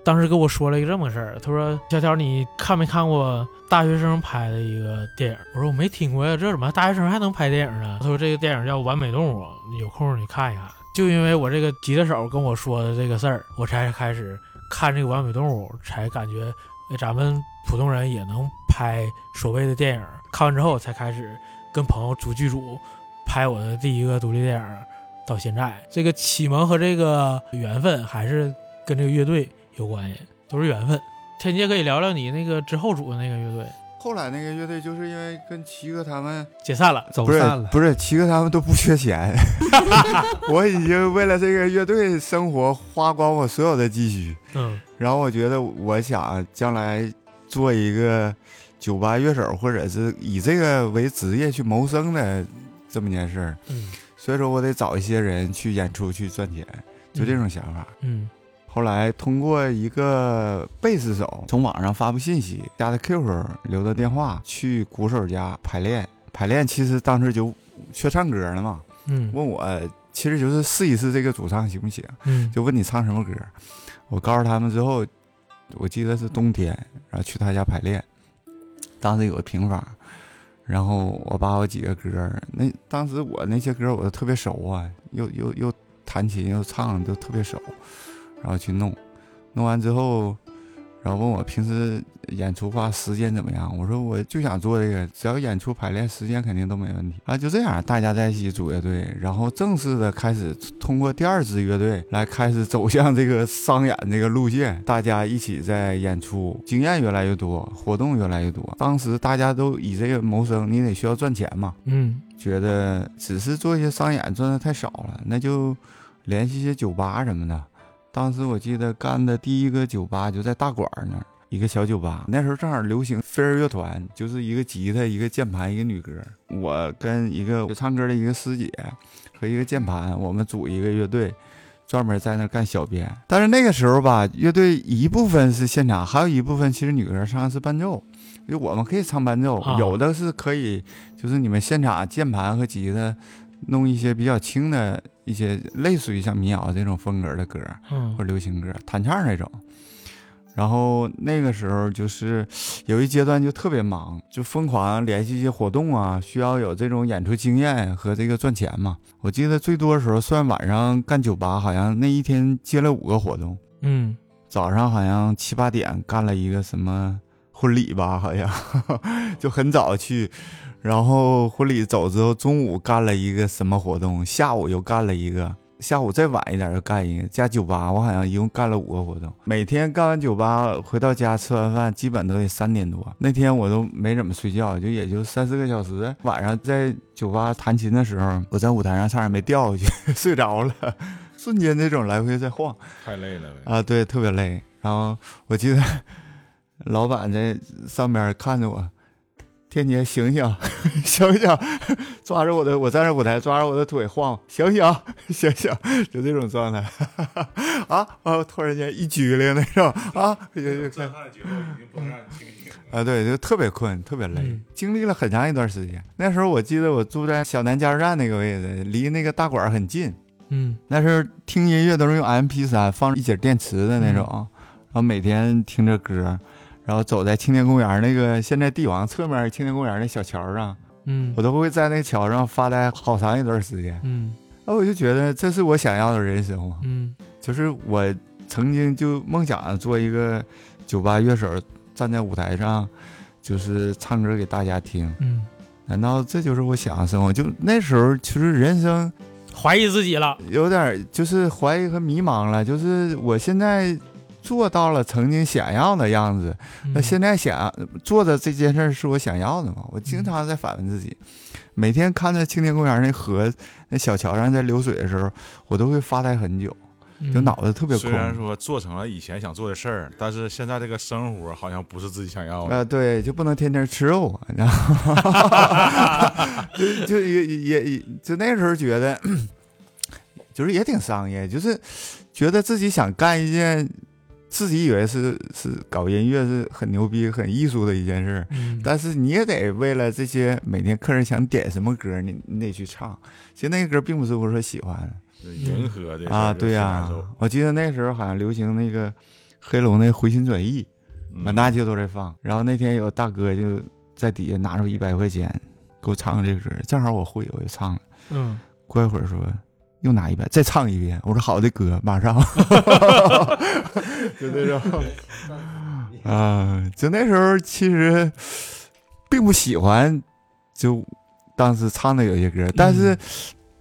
Speaker 2: 当时跟我说了一个这么个事儿，他说：“小条，你看没看过大学生拍的一个电影？”我说：“我没听过呀，这怎么大学生还能拍电影呢？”他说：“这个电影叫《完美动物》，你有空你看一看。”就因为我这个吉他手跟我说的这个事儿，我才开始看这个《完美动物》，才感觉哎咱们普通人也能拍所谓的电影。看完之后，才开始跟朋友组剧组拍我的第一个独立电影。到现在，这个启蒙和这个缘分还是跟这个乐队有关系，都是缘分。天杰可以聊聊你那个之后组的那个乐队
Speaker 1: [laughs] 后来那个乐队就是因为跟齐哥他们
Speaker 2: 解散了，
Speaker 4: 走
Speaker 1: 不是
Speaker 4: 散了。
Speaker 1: 不是齐哥他们都不缺钱， [laughs] 我已经为了这个乐队生活花光我所有的积蓄，
Speaker 2: 嗯
Speaker 1: 然后我觉得我想将来做一个酒吧乐手，或者是以这个为职业去谋生的这么件事儿，
Speaker 2: 嗯
Speaker 1: 所以说我得找一些人去演出去赚钱，就这种想法。
Speaker 2: 嗯
Speaker 1: 后来通过一个贝斯手从网上发布信息，加的 QQ，留的电话，去鼓手家排练。排练其实当时就缺唱歌了嘛，
Speaker 2: 嗯
Speaker 1: 问我其实就是试一试这个主唱行不行，
Speaker 2: 嗯，
Speaker 1: 就问你唱什么歌。我告诉他们之后，我记得是冬天，然后去他家排练，当时有个平房，然后我把我几个歌儿，那当时我那些歌儿我都特别熟啊，又又又弹琴又唱都特别熟，然后去弄，弄完之后，然后问我平时演出话时间怎么样，我说我就想做这个，只要演出排练时间肯定都没问题啊，就这样大家在一起组乐队，然后正式的开始通过第二支乐队来开始走向这个商演这个路线，大家一起在演出，经验越来越多，活动越来越多。当时大家都以这个谋生，你得需要赚钱嘛，
Speaker 2: 嗯
Speaker 1: 觉得只是做一些商演赚的太少了，那就联系一些酒吧什么的。当时我记得干的第一个酒吧就在大馆儿那儿，一个小酒吧。那时候正好流行飞儿乐团，就是一个吉他、一个键盘、一个女歌。我跟一个唱歌的一个师姐和一个键盘，我们组一个乐队，专门在那儿干小编。但是那个时候吧，乐队一部分是现场，还有一部分其实女歌唱的是伴奏。就我们可以唱伴奏
Speaker 2: 啊，
Speaker 1: 有的是可以，就是你们现场键盘和吉他弄一些比较轻的一些类似于像民谣这种风格的歌。
Speaker 2: 嗯
Speaker 1: 或者流行歌、弹唱那种。然后那个时候就是有一阶段就特别忙，就疯狂联系一些活动啊，需要有这种演出经验和这个赚钱嘛。我记得最多的时候算晚上干酒吧，好像那一天接了五个活动，
Speaker 2: 嗯
Speaker 1: 早上好像七八点干了一个什么婚礼吧，好像 [laughs] 就很早去，然后婚礼走之后，中午干了一个什么活动，下午又干了一个，下午再晚一点又干一个，加酒吧，我好像一共干了五个活动。每天干完酒吧回到家吃完饭，基本都得三点多。那天我都没怎么睡觉，就也就三四个小时。晚上在酒吧弹琴的时候，我在舞台上差点没掉下去， [laughs] 睡着了，瞬间这种来回在晃。
Speaker 3: 太累了呗。
Speaker 1: 啊，对，特别累。然后我记得老板在上边看着我，天杰醒醒 [laughs] 醒醒，抓着我的，我站在舞台抓着我的腿晃，醒醒醒醒，就这种状态。 [laughs] 啊啊！突然间一激灵那种啊，就就看
Speaker 3: 撼的节奏已经不让听听了。
Speaker 1: 啊，对，就特别困，特别累，
Speaker 2: 嗯
Speaker 1: 经历了很长一段时间。那时候我记得我住在小南加油站那个位置，离那个大馆儿很近。
Speaker 2: 嗯
Speaker 1: 那时候听音乐都是用 MP 3放一节电池的那种，然后每天听着歌，然后走在青年公园那个现在帝王侧面青年公园那小桥上，
Speaker 2: 嗯
Speaker 1: 我都会在那桥上发呆好长一段时间。
Speaker 2: 嗯
Speaker 1: 那我就觉得这是我想要的人生嘛，
Speaker 2: 嗯
Speaker 1: 就是我曾经就梦想做一个酒吧乐手，站在舞台上，就是唱歌给大家听。
Speaker 2: 嗯，
Speaker 1: 难道这就是我想要的生活？就那时候，其实人生
Speaker 2: 怀疑自己了，
Speaker 1: 有点儿就是怀疑和迷茫了，就是我现在做到了曾经想要的样子。那
Speaker 2: 嗯
Speaker 1: 现在想做的这件事儿是我想要的吗？我经常在反问自己，每天看着青年公园那河、那小桥上在流水的时候，我都会发呆很久，就
Speaker 2: 嗯
Speaker 1: 脑子特别
Speaker 3: 虽
Speaker 1: 空。
Speaker 3: 然说做成了以前想做的事儿，但是现在这个生活好像不是自己想要的。
Speaker 1: 啊，对，就不能天天吃肉，啊然后 [laughs] 就就也也也就那时候觉得，就是也挺商业，就是觉得自己想干一件自己以为是是搞音乐是很牛逼、很艺术的一件事儿，
Speaker 2: 嗯
Speaker 1: 但是你也得为了这些每天客人想点什么歌，你你得去唱。其实那个歌并不是我所喜欢的。
Speaker 3: 迎合这事儿
Speaker 1: 啊，
Speaker 3: 就
Speaker 1: 对
Speaker 3: 挺
Speaker 1: 呀、
Speaker 3: 难受
Speaker 1: 我记得那时候好像流行那个黑龙那《回心转意》，
Speaker 3: 嗯
Speaker 1: 满大街都在放。然后那天有大哥就在底下拿出一百块钱给我唱这歌，正好我会，我就唱了。
Speaker 2: 嗯，
Speaker 1: 过一会儿说又拿一百，再唱一遍。我说好的哥，马上。就那种啊，就那时候其实并不喜欢，就当时唱的有些歌，但是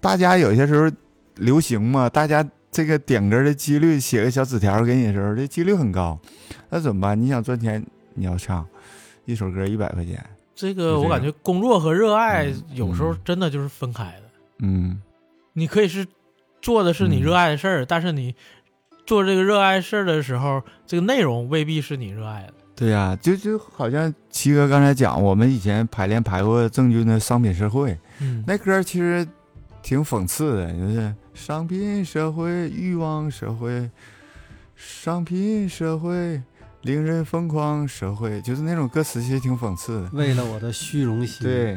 Speaker 1: 大家有些时候流行嘛，大家这个点歌的几率，写个小纸条给你的时候，这几率很高。那怎么办？你想赚钱，你要唱一首歌一百块钱，
Speaker 2: 这
Speaker 1: 就
Speaker 2: 个
Speaker 1: 这
Speaker 2: 我感
Speaker 1: 样
Speaker 2: 觉工作和热爱
Speaker 1: 嗯
Speaker 2: 有时候
Speaker 1: 嗯
Speaker 2: 真的就是分开的。
Speaker 1: 嗯，
Speaker 2: 你可以是做的是你
Speaker 1: 嗯
Speaker 2: 热爱的事儿，但是你做这个热爱事儿的时候，这个内容未必是你热爱的。
Speaker 1: 对呀、就就好像齐哥刚才讲，我们以前排练排过郑钧的《商品社会》，
Speaker 2: 嗯，
Speaker 1: 那歌其实挺讽刺的，就是商品社会、欲望社会、商品社会、令人疯狂社会，就是那种歌词其实挺讽刺的。
Speaker 4: 为了我的虚荣心，
Speaker 1: 对，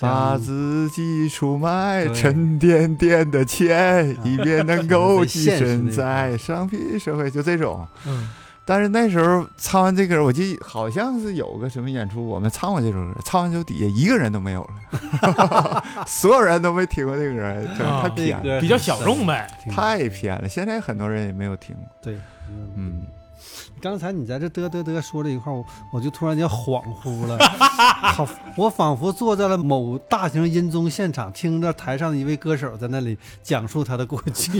Speaker 4: 将，
Speaker 1: 把自己出卖，
Speaker 4: 对
Speaker 1: 沉甸甸的钱，
Speaker 4: [laughs] 啊
Speaker 1: 以便能够跻
Speaker 4: 很现实
Speaker 1: 身
Speaker 4: 那
Speaker 1: 在商品社会，就这种。啊
Speaker 2: 嗯
Speaker 1: 但是那时候唱完这歌，我记得好像是有个什么演出，我们唱过这首歌，唱完之后底下一个人都没有了， [laughs] 所有人都没听过这歌，真的太
Speaker 2: 啊
Speaker 1: 偏了，
Speaker 4: 歌
Speaker 2: 比较小众呗。
Speaker 4: 挺
Speaker 1: 太偏了。现在很多人也没有听过，
Speaker 4: 对。嗯
Speaker 1: 嗯，
Speaker 4: 刚才你在这嘚嘚嘚说这一块儿，我我就突然间恍惚
Speaker 2: [laughs]
Speaker 4: 了，好，我仿佛坐在了某大型音综现场，听着台上的一位歌手在那里讲述他的过
Speaker 2: [laughs]
Speaker 4: 去。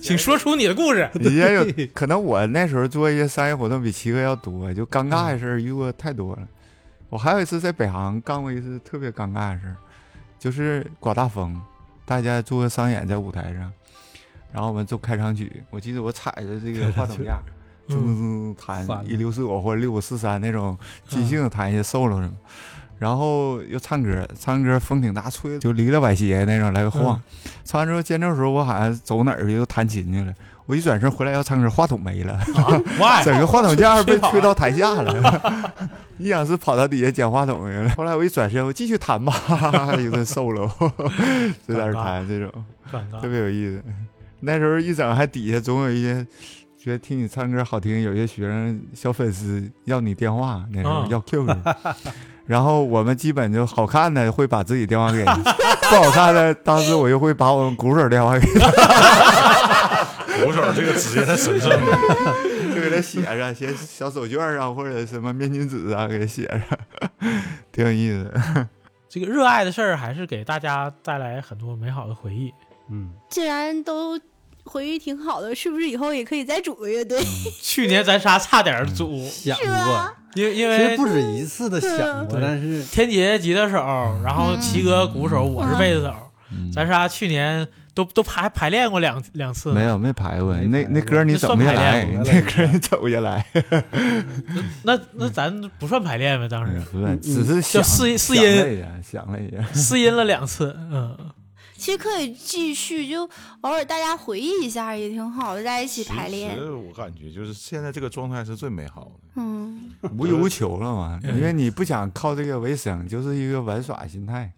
Speaker 2: 请说出你的故事。
Speaker 1: 也有可能我那时候做一些商业活动比齐哥要多，就尴尬的事儿遇过太多了。我还有一次在北航干过一次特别尴尬的事儿，就是刮大风，大家做个商演在舞台上，然后我们做开场曲，我记得我踩着这个话筒架，噔噔
Speaker 2: 嗯
Speaker 1: 噔弹
Speaker 4: 反了
Speaker 1: 一六四五或者六五四三那种即兴弹一些 solo 什么，然后又唱歌，唱歌风挺大，吹就离了歪斜那种来回晃。唱完之后间奏的时候，我好像走哪儿去又弹琴去了，我一转身回来要唱歌，话筒没了，
Speaker 2: ，why？
Speaker 1: 整个话筒架被
Speaker 2: 吹跑
Speaker 1: 吹
Speaker 2: 了
Speaker 1: 到台下了。 [laughs] 一想是跑到底下捡话筒去了，后来我一转身，我继续弹吧， [laughs] 有顿 solo，就在那儿弹这种。
Speaker 2: 尴尬
Speaker 1: 特。别有意思。那时候一整还底下总有一些觉得听你唱歌好听，有些学生小粉丝要你电话，那时候
Speaker 2: 嗯
Speaker 1: 要
Speaker 2: [laughs]
Speaker 1: QQ，、然后我们基本就好看的会把自己电话给你，不好看的当时我就会把我们鼓手电话给
Speaker 3: 鼓手这个职业太神圣了，
Speaker 1: 就给他写上，写小手绢啊或者什么面巾纸啊给他写上，挺有意思。
Speaker 2: 这个热爱的事儿还是给大家带来很多美好的回忆。
Speaker 4: 嗯，
Speaker 5: 既然都回忆挺好的，是不是以后也可以再组个乐队？
Speaker 2: 去年咱仨差点儿嗯组，
Speaker 1: 嗯
Speaker 4: 想
Speaker 5: 是
Speaker 4: 过
Speaker 5: 吧，
Speaker 2: 因因
Speaker 4: 其实
Speaker 2: 为
Speaker 4: 不止一次的想过，
Speaker 2: 啊对
Speaker 4: 但是
Speaker 2: 天杰吉他手，然后齐哥鼓手，我是贝斯手，
Speaker 1: 嗯
Speaker 2: 咱仨去年都都排排练过两两次呢。
Speaker 1: 没有没排过，
Speaker 4: 没
Speaker 1: 那
Speaker 4: 排
Speaker 1: 那歌你
Speaker 2: 那
Speaker 1: 整
Speaker 2: 算
Speaker 1: 不下
Speaker 2: 排
Speaker 1: 来，
Speaker 2: 练
Speaker 4: 吗
Speaker 1: 那歌你整不下来，
Speaker 2: 那那咱不算排练呗，当时
Speaker 1: 不是，只是
Speaker 2: 就
Speaker 1: 想
Speaker 2: 试试
Speaker 1: 想
Speaker 2: 音
Speaker 1: 了一下，想了一
Speaker 2: [laughs]
Speaker 1: 下。
Speaker 2: 试音了两次，嗯，
Speaker 5: 其实可以继续，就偶尔大家回忆一下也挺好的，在一起排
Speaker 3: 其
Speaker 5: 练。
Speaker 3: 实我感觉就是现在这个状态是最美好的。
Speaker 5: 嗯，
Speaker 1: 无欲无求了嘛，因为你不想靠这个为生，就是一个玩耍心态，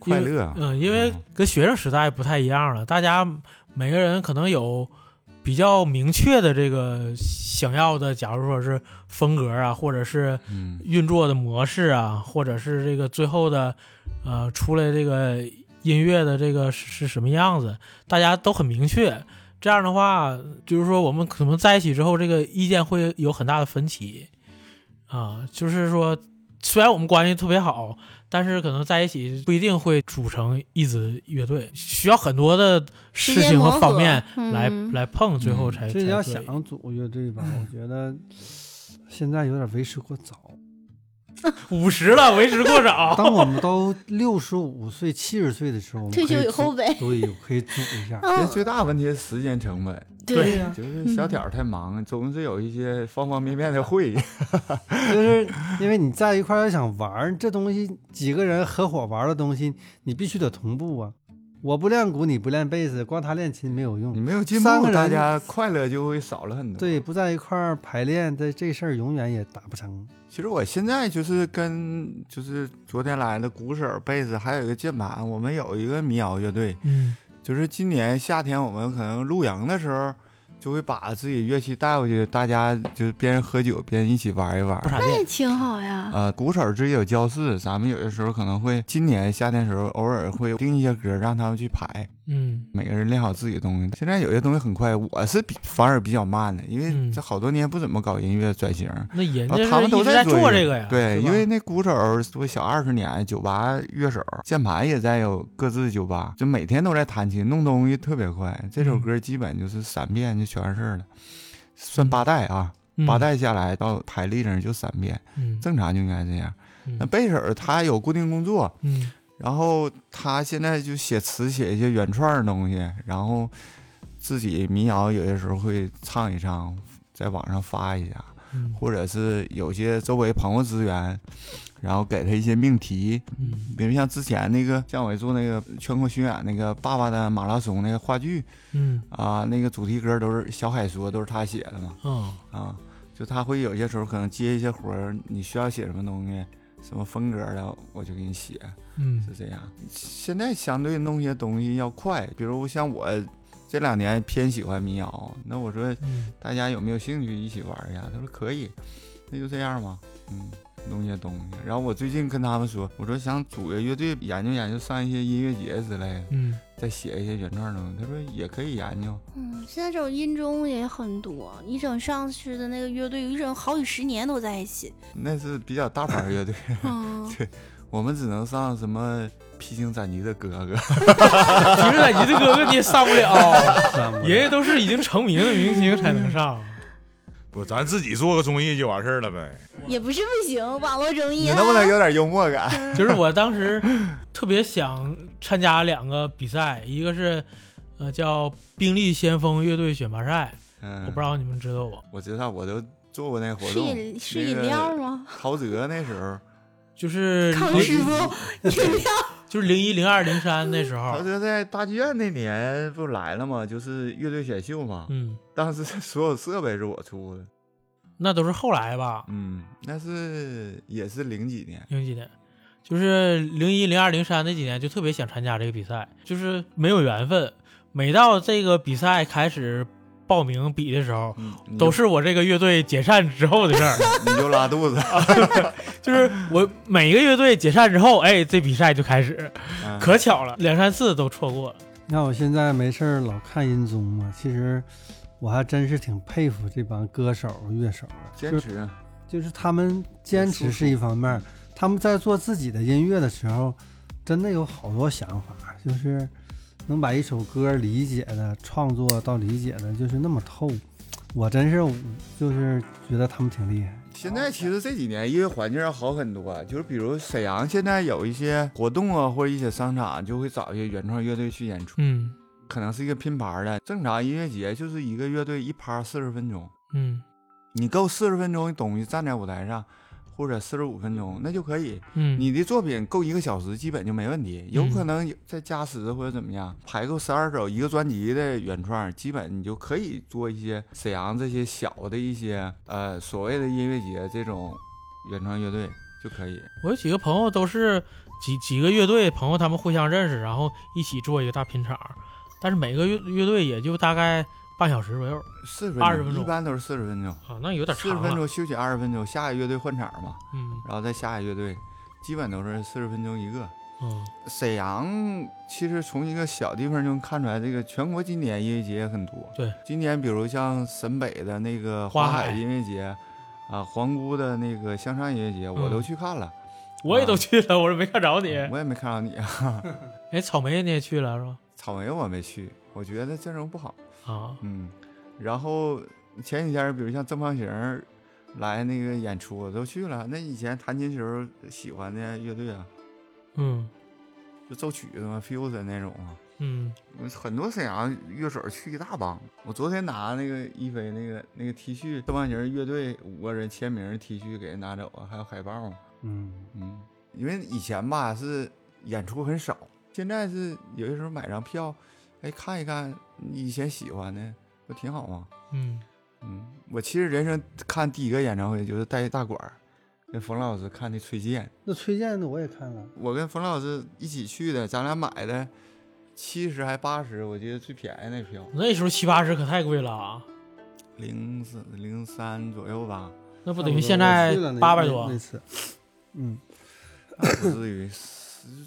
Speaker 1: 快
Speaker 2: 因为
Speaker 1: 乐。啊
Speaker 2: 嗯，因为跟学生时代不太一样了，大家每个人可能有比较明确的这个想要的，假如说是风格啊，或者是
Speaker 1: 嗯
Speaker 2: 运作的模式啊，或者是这个最后的呃出来这个音乐的这个是是什么样子，大家都很明确。这样的话，就是说我们可能在一起之后，这个意见会有很大的分歧啊、就是说虽然我们关系特别好，但是可能在一起不一定会组成一支乐队，需要很多的
Speaker 5: 时
Speaker 2: 事
Speaker 5: 间
Speaker 2: 情
Speaker 5: 磨
Speaker 2: 和
Speaker 5: 合
Speaker 2: 方面
Speaker 5: 嗯
Speaker 2: 来、来碰，最后才。
Speaker 4: 其实你
Speaker 2: 哎才
Speaker 4: 嗯要
Speaker 2: 对
Speaker 4: 想组乐队吧，我觉得现在有点为时
Speaker 2: [laughs]
Speaker 4: 过早。
Speaker 2: 五十了，为时过早。
Speaker 4: 当我们都六十五岁、七十岁的时候，我们
Speaker 5: 退
Speaker 4: 可
Speaker 5: 休以
Speaker 4: 组
Speaker 5: 后呗
Speaker 4: 对，我可以组一下。
Speaker 1: 其实
Speaker 5: 嗯，
Speaker 1: 最大问题是时间成本，
Speaker 5: 对
Speaker 4: 呀、
Speaker 1: 就是小挑儿太忙，总是有一些方方面面的会议。
Speaker 4: 就是因为你在一块儿要想玩儿这东西，几个人合伙玩儿的东西，你必须得同步啊。我不练鼓，你不练贝斯，光他练琴没有用
Speaker 1: 你。没有进
Speaker 4: 三个
Speaker 1: 步，
Speaker 4: 人
Speaker 1: 大家快乐就会少了很多。
Speaker 4: 对，不在一块儿排练，这这事儿永远也达不成。
Speaker 1: 其实我现在就是跟就是昨天来的鼓手、贝斯，还有一个键盘，我们有一个民谣乐队。
Speaker 2: 嗯，
Speaker 1: 就是今年夏天我们可能露营的时候，就会把自己乐器带回去，大家就是边喝酒边一起玩一玩
Speaker 2: 不。傻
Speaker 5: 那
Speaker 2: 练
Speaker 5: 也挺好呀。
Speaker 1: 呃，鼓手之间有交室，咱们有的时候可能会今年夏天时候偶尔会定一些歌，让他们去排，
Speaker 2: 嗯
Speaker 1: 每个人练好自己的东西。现在有些东西很快，我是比反而比较慢的，因为
Speaker 2: 嗯
Speaker 1: 这好多年不怎么搞音乐转型。
Speaker 2: 那人
Speaker 1: 然
Speaker 2: 家
Speaker 1: 后啊他
Speaker 2: 是
Speaker 1: 们
Speaker 2: 一
Speaker 1: 都
Speaker 2: 直在
Speaker 1: 做
Speaker 2: 做
Speaker 1: 这
Speaker 2: 这个呀，
Speaker 1: 对，
Speaker 2: 啊是吧
Speaker 1: 因为那鼓手我小二十年，酒吧乐手，键盘也在有各自的酒吧，就每天都在弹琴，弄东西特别快。这首
Speaker 2: 嗯
Speaker 1: 歌基本就是三遍就全完事儿了，算八代啊，八，代下来到台历上就三遍，
Speaker 2: 嗯
Speaker 1: 正常就应该这样。
Speaker 2: 嗯
Speaker 1: 那贝手他有固定工作，
Speaker 2: 嗯
Speaker 1: 然后他现在就写词，写一些原创的东西，然后自己民谣有些时候会唱一唱，在网上发一下。
Speaker 2: 嗯
Speaker 1: 或者是有些周围朋友资源，然后给他一些命题，
Speaker 2: 嗯
Speaker 1: 比如像之前那个姜伟做那个全国巡演那个《爸爸的马拉松》那个话剧
Speaker 2: 嗯
Speaker 1: 啊，那个主题歌都是小海说，都是他写的嘛
Speaker 2: 嗯
Speaker 1: 啊，就他会有些时候可能接一些活儿，你需要写什么东西，什么风格的，我就给你写，
Speaker 2: 嗯
Speaker 1: 是这样。现在相对弄些东西要快，比如像我这两年偏喜欢民谣，那我说
Speaker 2: 嗯，
Speaker 1: 大家有没有兴趣一起玩一下？他说可以，那就这样吧。嗯，弄些东西。然后我最近跟他们说，我说想组个乐队，研究研究上一些音乐节之类的， [laughs]
Speaker 2: 嗯
Speaker 1: 再写一些原创的东西。他说也可以研究。
Speaker 5: 嗯，现在这种音中也很多，一整上去的那个乐队，一整好几十年都在
Speaker 1: [laughs]
Speaker 5: 一起。
Speaker 1: 那是比较大牌乐队， [laughs]
Speaker 5: 嗯，
Speaker 1: 我们只能上什么披荆斩棘的哥哥。
Speaker 2: 其实在你的哥哥你也上不了，人
Speaker 4: 也
Speaker 2: 家都是已经成名的明星才
Speaker 1: [laughs]
Speaker 2: 能上。
Speaker 3: 不，咱自己做个综艺就完事儿了呗。
Speaker 5: 也不是不行，网络综艺
Speaker 1: 你
Speaker 5: 啊。
Speaker 1: 能不能有点幽默感？
Speaker 2: [laughs] 就是我当时特别想参加两个比赛，一个是呃叫兵力先锋乐队选拔赛，
Speaker 1: 嗯，
Speaker 2: 我不知，道你们知道不？
Speaker 1: 我知道，我都做过那个活
Speaker 5: 是
Speaker 1: 动。
Speaker 5: 饮是饮料？吗？
Speaker 1: 陶喆那时候，
Speaker 2: 就是
Speaker 5: 康
Speaker 2: 零
Speaker 5: 师傅饮料。
Speaker 2: 就是零一零二零三那时
Speaker 1: 陶
Speaker 2: 候，
Speaker 1: 喆在大剧院那年不来了吗？就是乐队选秀嘛。
Speaker 2: 嗯，
Speaker 1: 当时 [laughs] 所有设备是我出的。
Speaker 2: 那都是后来吧，
Speaker 1: 嗯，那是也是零几年，
Speaker 2: 零几年，就是零一、零二、零三那几年，就特别想参加这个比赛，就是没有缘分。每到这个比赛开始报名比的时候，
Speaker 1: 嗯，你就
Speaker 2: 都是我这个乐队解散之后的
Speaker 1: [laughs]
Speaker 2: 事儿。
Speaker 1: 你就拉肚子，
Speaker 2: 就是我每个乐队解散之后，哎，这比赛就开始，
Speaker 1: 嗯
Speaker 2: 可巧了，两三次都错过了。
Speaker 4: 你看我现在没事儿老看音综嘛，其实我还真是挺佩服这帮歌手、乐手的，
Speaker 1: 坚持。啊
Speaker 4: 就是他们坚持是一方面儿，他们在做自己的音乐的时候，真的有好多想法，就是能把一首歌理解的创作到理解的，就是那么透。我真是就是觉得他们挺厉害。
Speaker 1: 现在其实这几年音乐环境要好很多，啊就是比如沈阳现在有一些活动啊，或者一些商场就会找一些原创乐队去演出，
Speaker 2: 嗯
Speaker 1: 可能是一个拼盘的。正常音乐节就是一个乐队一趴四十分钟，
Speaker 2: 嗯
Speaker 1: 你够四十分钟的东西站在舞台上，或者四十五分钟那就可以。
Speaker 2: 嗯，
Speaker 1: 你的作品够一个小时，基本就没问题。有
Speaker 2: 嗯
Speaker 1: 可能有再加时或者怎么样，排够十二首一个专辑的原创，基本你就可以做一些沈阳这些小的一些呃所谓的音乐节这种原创乐队就可以。
Speaker 2: 我有几个朋友都是几几个乐队朋友，他们互相认识，然后一起做一个大拼场，但是每个乐乐队也就大概半小时左右
Speaker 1: 四十
Speaker 2: 20分
Speaker 1: 钟，
Speaker 2: 钟
Speaker 1: 一般都是四十分钟，
Speaker 2: 啊，那有点
Speaker 1: 四十
Speaker 2: 长
Speaker 1: 分
Speaker 2: 了。
Speaker 1: 钟休息二十分钟，下一乐队换场嘛，
Speaker 2: 嗯
Speaker 1: 然后再下一乐队，基本都是四十分钟一个。
Speaker 2: 嗯
Speaker 1: 沈阳其实从一个小地方就能看出来，这个全国今年音乐节也很多。
Speaker 2: 对，
Speaker 1: 今年比如像沈北的那个
Speaker 2: 花
Speaker 1: 花海
Speaker 2: 海
Speaker 1: 音乐节，啊、啊，皇姑的那个香山音乐节我都
Speaker 2: 嗯
Speaker 1: 去看了，嗯
Speaker 2: 我也都去了，我说没看着你。
Speaker 1: 我也没看到你 [laughs] 啊。
Speaker 2: 哎，草莓你也去了是吧？
Speaker 1: 草莓我没去，我觉得阵容不好。
Speaker 2: 啊，
Speaker 1: 嗯，然后前几天儿比如像郑方形儿来那个演出，我都去了。那以前弹琴时候喜欢的乐队啊，
Speaker 2: 嗯
Speaker 1: 就奏曲子嘛，fusion 那种啊，
Speaker 2: 嗯
Speaker 1: 很多沈阳乐手去一大帮。我昨天拿那个一菲那个那个 T 恤，郑方形儿乐队五个人签名儿 T 恤给人拿走啊，还有海报嘛。
Speaker 4: 嗯，
Speaker 1: 嗯，因为以前吧是演出很少，现在是有些时候买张票，哎看一看你以前喜欢的，不挺好吗？
Speaker 2: 嗯，
Speaker 1: 嗯，我其实人生看第一个演唱会就是带大管儿，跟冯老师看的崔健，
Speaker 4: 那崔健的我也看了，
Speaker 1: 我跟冯老师一起去的，咱俩买的七十还八十，我记得最便宜那票，
Speaker 2: 那时候七八十可太贵了啊，
Speaker 1: 零四零三左右吧，
Speaker 2: 那不
Speaker 4: 不
Speaker 2: 等于现在八百多
Speaker 4: 那？次，嗯，
Speaker 1: 那啊不至于，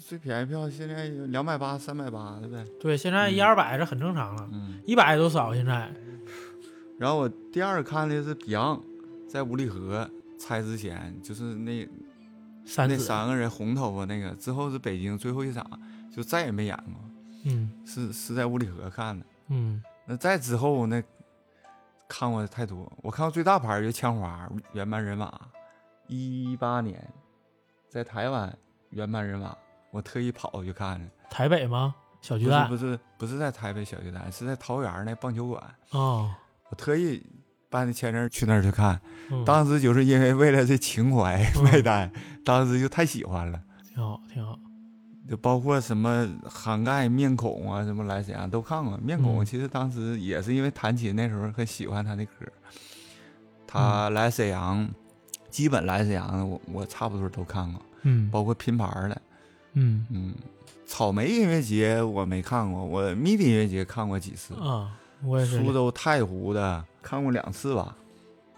Speaker 1: 最便宜票现在有两百八、三百八的呗，
Speaker 2: 对，现在一
Speaker 1: 嗯
Speaker 2: 二百是很正常了，
Speaker 1: 嗯。
Speaker 2: 一百多少现在？
Speaker 1: 然后我第二看的是 Beyond，在五里河拆之前，就是那
Speaker 2: 三
Speaker 1: 那
Speaker 2: 子
Speaker 1: 三个人红头发那个，之后是北京最后一场，就再也没演过，
Speaker 2: 嗯
Speaker 1: 是是在五里河看的。
Speaker 2: 嗯，
Speaker 1: 那再之后那看过的太多，我看过最大牌儿就枪花原班人马，一八年在台湾原班人马，我特意跑去看的，
Speaker 2: 台北吗？小
Speaker 1: 不
Speaker 2: 巨
Speaker 1: 是
Speaker 2: 蛋
Speaker 1: 不是不是在台北小巨蛋，是在桃园儿那棒球馆，
Speaker 2: 哦，
Speaker 1: 我特意办的签证去那儿去看。
Speaker 2: 嗯
Speaker 1: 当时就是因为为了这情怀
Speaker 2: 嗯
Speaker 1: 买单，当时就太喜欢了，
Speaker 2: 挺好挺好。
Speaker 1: 就包括什么涵盖面孔啊，什么来沈阳都看过。面孔
Speaker 2: 嗯
Speaker 1: 其实当时也是因为弹琴那时候很喜欢他的歌，他
Speaker 2: 嗯
Speaker 1: 来沈阳，基本来沈阳的我我差不多都看过，
Speaker 2: 嗯
Speaker 1: 包括拼盘儿的，
Speaker 2: 嗯
Speaker 1: 嗯，草莓音乐节我没看过，我 MIDI 音乐节看过几次，
Speaker 2: 啊，我也是。
Speaker 1: 苏州太湖的看过两次吧。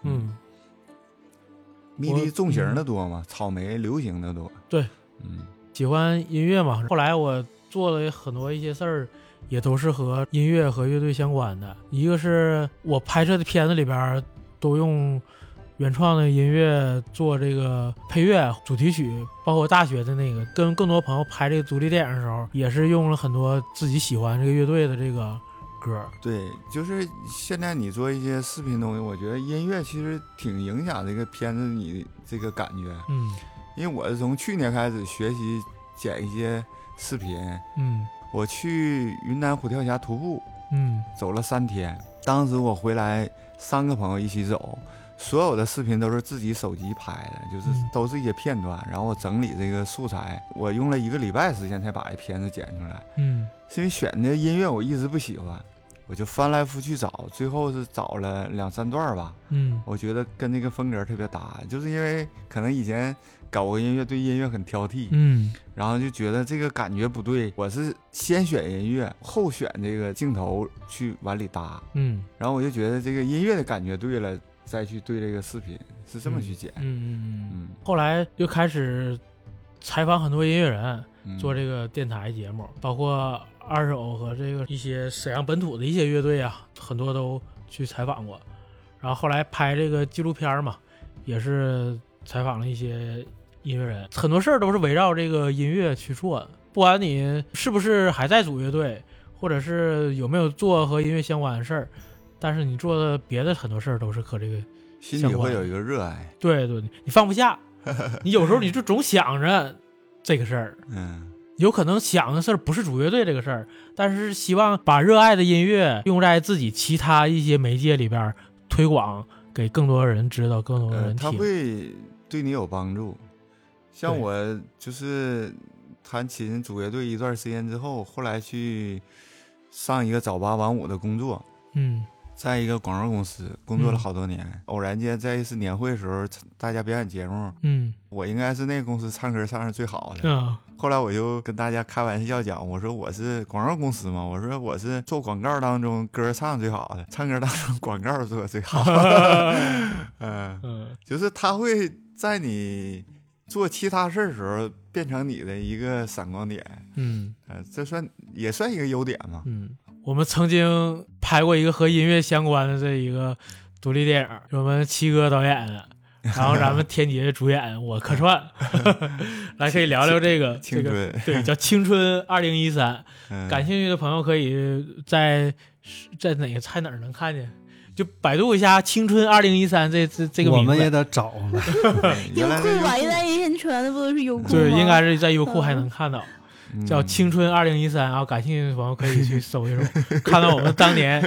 Speaker 2: 嗯，
Speaker 1: MIDI 重型的多嘛，草莓流行的多。
Speaker 2: 对，
Speaker 1: 嗯。
Speaker 2: 喜欢音乐嘛。后来我做了很多一些事儿，也都是和音乐和乐队相关的。一个是我拍摄的片子里边儿都用原创的音乐做这个配乐、主题曲，包括大学的那个，跟更多朋友拍这个独立电影的时候，也是用了很多自己喜欢这个乐队的这个歌儿。
Speaker 1: 对，就是现在你做一些视频东西，我觉得音乐其实挺影响这个片子你这个感觉。
Speaker 2: 嗯
Speaker 1: 因为我是从去年开始学习剪一些视频，
Speaker 2: 嗯
Speaker 1: 我去云南虎跳峡徒步
Speaker 2: 嗯
Speaker 1: 走了三天，当时我回来三个朋友一起走，所有的视频都是自己手机拍的，就是
Speaker 2: 嗯
Speaker 1: 都是一些片段，然后我整理这个素材，我用了一个礼拜时间才把这片子剪出来。
Speaker 2: 嗯
Speaker 1: 是因为选的音乐我一直不喜欢，我就翻来覆去找，最后是找了两三段儿吧，
Speaker 2: 嗯
Speaker 1: 我觉得跟那个风格特别搭，就是因为可能以前搞过音乐，对音乐很挑剔，
Speaker 2: 嗯
Speaker 1: 然后就觉得这个感觉不对，我是先选音乐，后选这个镜头去往里搭，
Speaker 2: 嗯
Speaker 1: 然后我就觉得这个音乐的感觉对了，再去对这个视频，是这么去剪
Speaker 2: 嗯，嗯。
Speaker 1: 嗯，
Speaker 2: 后来又开始采访很多音乐人。
Speaker 1: 嗯
Speaker 2: 做这个电台节目，包括二手和这个一些沈阳本土的一些乐队啊，很多都去采访过。然后后来拍这个纪录片儿嘛，也是采访了一些音乐人，很多事儿都是围绕这个音乐去做的。不管你是不是还在组乐队，或者是有没有做和音乐相关的事儿，但是你做的别的很多事儿都是和这个
Speaker 1: 心
Speaker 2: 相
Speaker 1: 里会
Speaker 2: 关
Speaker 1: 有一个热爱，
Speaker 2: 对对，你放不下。你有时候你就总想着这个事儿，
Speaker 1: 嗯
Speaker 2: 有可能想的事儿不是主乐队这个事儿，但是希望把热爱的音乐用在自己其他一些媒介里边儿推广，给更多人知道，更多
Speaker 1: 呃，
Speaker 2: 人
Speaker 1: 他
Speaker 2: 听。
Speaker 1: 会对你有帮助。像
Speaker 2: 对
Speaker 1: 我就是弹琴组乐队一段时间之后，后来去上一个早八晚五的工作，
Speaker 2: 嗯
Speaker 1: 在一个广告公司工作了
Speaker 2: 嗯
Speaker 1: 好多年。偶然间在一次年会的时候，大家表演节目，
Speaker 2: 嗯
Speaker 1: 我应该是那个公司唱歌唱的最好的。
Speaker 2: 啊
Speaker 1: 后来我就跟大家开玩笑讲，我说我是广告公司嘛，我说我是做广告当中歌唱最好的，唱歌当中广告做的最
Speaker 2: [laughs]
Speaker 1: 好。嗯。
Speaker 2: 嗯
Speaker 1: 就是他会在你做其他事儿的时候变成你的一个闪光点，
Speaker 2: 嗯
Speaker 1: 呃，这算也算一个优点嘛。
Speaker 2: 嗯，我们曾经拍过一个和音乐相关的这一个独立电影儿，是我们七哥导演的，然后咱们天杰主演，我客 [laughs] 串，来可以聊聊这个这
Speaker 1: 青
Speaker 2: 个
Speaker 1: 春，
Speaker 2: 对叫《青春二零一三》，
Speaker 1: 嗯
Speaker 2: 感兴趣的朋友可以在在哪个在哪儿能看见？就百度一下“青春二零一三”这这这个
Speaker 4: 我
Speaker 2: 名
Speaker 4: 们也
Speaker 2: 字，
Speaker 4: 得找呢。
Speaker 1: [laughs] [laughs]
Speaker 5: 优
Speaker 1: 原来
Speaker 5: 酷吧，
Speaker 1: 是
Speaker 5: 一般人传的不都是优酷吗？
Speaker 2: 对，应该是在优酷还能看到，
Speaker 1: 嗯
Speaker 2: 叫“青春二零一三”啊，感兴趣的朋友可以去搜
Speaker 1: [laughs]
Speaker 2: 一搜，看到我们当年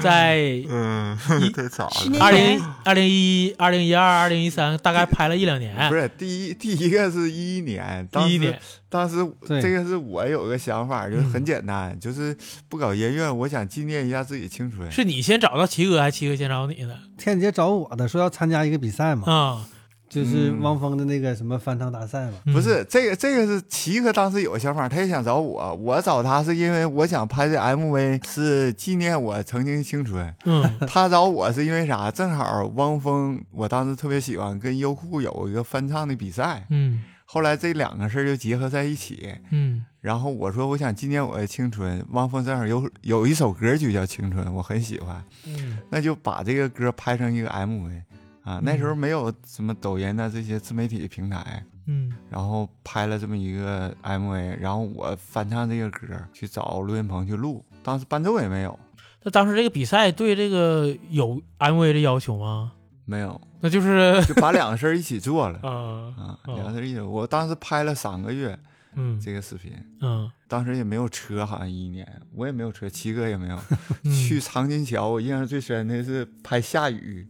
Speaker 2: 在
Speaker 1: 嗯，太早
Speaker 5: 十
Speaker 1: 了。
Speaker 5: 年
Speaker 2: 二
Speaker 5: 前
Speaker 2: 零二零一、二零一二、二零一三，大概拍了一两年
Speaker 1: 不。是第一，第一个是一一年，当
Speaker 2: 第一
Speaker 1: 时
Speaker 2: 年，
Speaker 1: 当时
Speaker 4: 对
Speaker 1: 这个是我有个想法，就是
Speaker 2: 嗯
Speaker 1: 很简单，就是不搞音乐，我想纪念一下自己青春。
Speaker 2: 是你先找到齐哥，还是齐哥先找你的？
Speaker 4: [laughs] 天杰找我的，说要参加一个比赛
Speaker 1: 嗯
Speaker 4: 嘛，
Speaker 2: 啊、
Speaker 4: 就是汪峰的那个什么翻唱大赛嘛。
Speaker 2: 嗯
Speaker 1: 不是这个，这个是齐哥当时有个想法，他也想找我，我找他是因为我想拍这 MV 是纪念我曾经青春。
Speaker 2: 嗯
Speaker 1: 他找我是因为啥？正好汪峰，我当时特别喜欢跟优酷有一个翻唱的比赛， [laughs]
Speaker 2: 嗯
Speaker 1: 后来这两个事儿就结合在一起。
Speaker 2: 嗯
Speaker 1: 然后我说我想纪念我的青春，汪峰正好有有一首歌就叫《青春》，我很喜欢，
Speaker 2: 嗯
Speaker 1: 那就把这个歌拍成一个 MV 啊。那时候没有什么抖音啊这些自媒体平台，
Speaker 2: 嗯
Speaker 1: 然后拍了这么一个 MV，然后我翻唱这个歌去找录音棚去录，当时伴奏也没有，
Speaker 2: 那当时这个比赛对这个有 MV 的要求吗？
Speaker 1: 没有，
Speaker 2: 那就是
Speaker 1: 就把两个事儿一起做
Speaker 2: [laughs]
Speaker 1: 了
Speaker 2: 啊
Speaker 1: 啊，两个事儿一起。我当时拍了三个月
Speaker 2: 嗯
Speaker 1: 这个视频， [laughs]
Speaker 2: 嗯
Speaker 1: 当时也没有车，好像一年我也没有车，七哥也没有。
Speaker 2: 嗯
Speaker 1: 去长津桥，我印象最深的是拍下雨，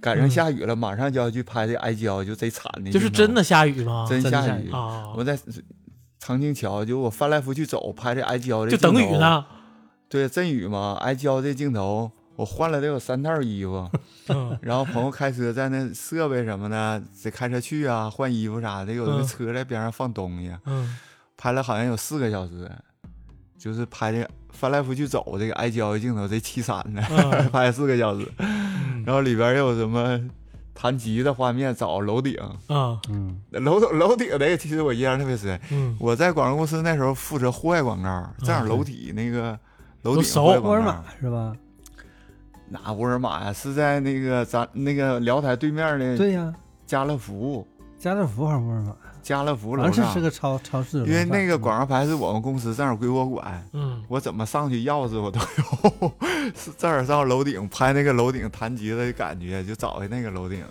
Speaker 1: 赶上下雨了，马上就要去拍这哀娇，就贼惨的，
Speaker 2: 嗯就是真的下雨吗？
Speaker 1: 真
Speaker 4: 真
Speaker 1: 下
Speaker 4: 下
Speaker 1: 雨。
Speaker 2: 啊，
Speaker 1: 我在长津桥，就我翻来覆去走，拍这哀娇的，
Speaker 2: 就等雨。
Speaker 1: [laughs]
Speaker 2: 呢。
Speaker 1: 对，阵雨嘛，哀娇这镜头，我换了得有三套衣
Speaker 2: [laughs]
Speaker 1: 服，
Speaker 2: 嗯
Speaker 1: 然后朋友开车在那设备什么的，得开车去啊，换衣服啥的，有的
Speaker 2: 嗯
Speaker 1: 车在边上放东西，
Speaker 2: 嗯
Speaker 1: 拍了好像有四个小时，就是拍这翻来覆去走这个哀娇的镜头，贼凄惨的。[laughs]
Speaker 2: 嗯
Speaker 1: 拍四个小时，然后里边又有什么弹吉的画面，找楼顶，
Speaker 2: 嗯
Speaker 4: 嗯，
Speaker 1: 楼楼顶那个其实我印象特别深。
Speaker 2: 嗯，
Speaker 1: 我在广告公司那时候负责户外广告，正好楼体那个楼
Speaker 2: 都
Speaker 1: 顶
Speaker 2: 熟
Speaker 1: 户外
Speaker 4: 沃尔
Speaker 1: 广告
Speaker 4: 玛，是吧？
Speaker 1: 哪沃尔玛呀？是在那个咱那个辽台对面的
Speaker 4: 对呀，
Speaker 1: 家乐福，
Speaker 4: 家乐福还是沃尔玛，
Speaker 1: 家乐福
Speaker 4: 反
Speaker 1: 楼
Speaker 4: 正
Speaker 1: 上
Speaker 4: 是。嗯个超超市。
Speaker 1: 因为那个广告牌是我们公司正好归我管，
Speaker 2: 嗯
Speaker 1: 我怎么上去钥匙我都有， [laughs] 是正好上楼顶拍那个楼顶弹吉的感觉，就找的那个楼顶。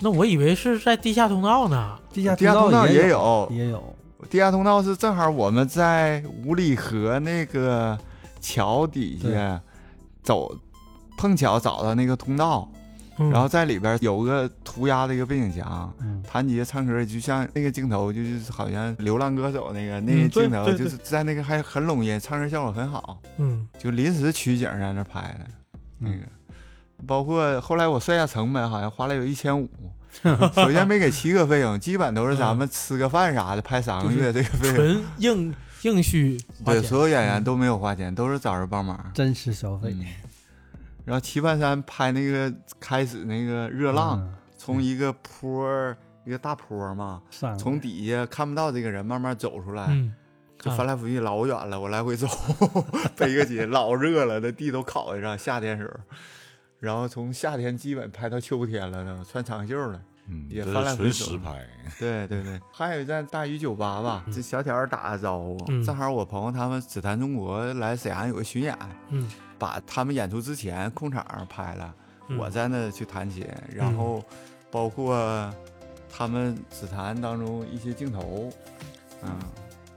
Speaker 2: 那我以为是在地下通道呢。
Speaker 4: 地下
Speaker 1: 地下通道也有，
Speaker 4: 也有，
Speaker 1: 地下通道是正好我们在五里河那个桥底下走，碰巧找到那个通道，
Speaker 2: 嗯、
Speaker 1: 然后在里边有个涂鸦的一个背景墙，
Speaker 4: 嗯，
Speaker 1: 谭杰唱歌就像那个镜头，就是好像流浪歌手那个那
Speaker 2: 嗯
Speaker 1: 个
Speaker 2: 对
Speaker 1: 镜头，
Speaker 2: 对
Speaker 1: 就是在那个还很拢音，唱歌效果很好，
Speaker 2: 嗯
Speaker 1: 就临时取景在那拍的，那
Speaker 4: 嗯
Speaker 1: 个。包括后来我算下成本，好像花了有一千
Speaker 2: [laughs]
Speaker 1: 五。首先没给齐哥费用，基本都是咱们吃个饭啥的，拍三个月这个费用。
Speaker 2: 纯硬硬续花
Speaker 1: 对，
Speaker 2: 钱。嗯
Speaker 1: 所有演员都没有花钱，都是找人帮忙。
Speaker 4: 真实消费。
Speaker 1: 嗯然后齐半山拍那个开始那个热浪，
Speaker 4: 嗯
Speaker 1: 从一个坡儿一个大坡儿嘛，
Speaker 4: 上
Speaker 1: 从底下看不到这个人，慢慢走出来，
Speaker 2: 嗯，
Speaker 1: 就翻来覆去老远了，我来回走， [laughs] 背个起，老热了，那地都烤一上，夏天时候。然后从夏天基本拍到秋天了呢，穿长袖了。
Speaker 3: 嗯，
Speaker 1: 也
Speaker 3: 这是
Speaker 1: 翻来覆
Speaker 3: 纯
Speaker 1: 去
Speaker 3: 实
Speaker 1: 走
Speaker 3: 拍，
Speaker 1: 对对对， [laughs] 还有一站大鱼酒吧吧，这小条儿打个招呼，
Speaker 2: 嗯
Speaker 1: 正好我朋友他们只谈中国来沈阳有个巡演，
Speaker 2: 嗯，
Speaker 1: 把他们演出之前空场儿拍了，
Speaker 2: 嗯
Speaker 1: 我在那去弹琴，然后包括他们指弹当中一些镜头，嗯，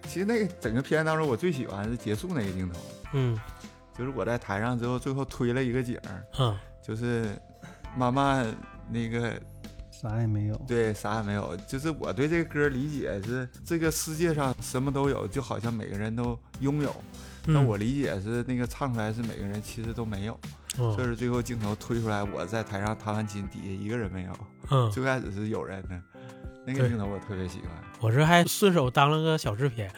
Speaker 1: 其实那个整个片当中我最喜欢是结束那个镜头，
Speaker 2: 嗯
Speaker 1: 就是我在台上之后最后推了一个景儿，
Speaker 2: 嗯
Speaker 1: 就是慢慢那个
Speaker 4: 啥也没有。
Speaker 1: 对啥也没有，就是我对这个歌理解是这个世界上什么都有，就好像每个人都拥有，
Speaker 2: 嗯，
Speaker 1: 那我理解是那个唱出来是每个人其实都没有。
Speaker 2: 嗯
Speaker 1: 这是最后镜头推出来，我在台上弹完琴，底下一个人没有。
Speaker 2: 嗯，
Speaker 1: 最开始是有人的，那个
Speaker 2: 对
Speaker 1: 镜头我特别喜欢。
Speaker 2: 我这还顺手当了个小制片。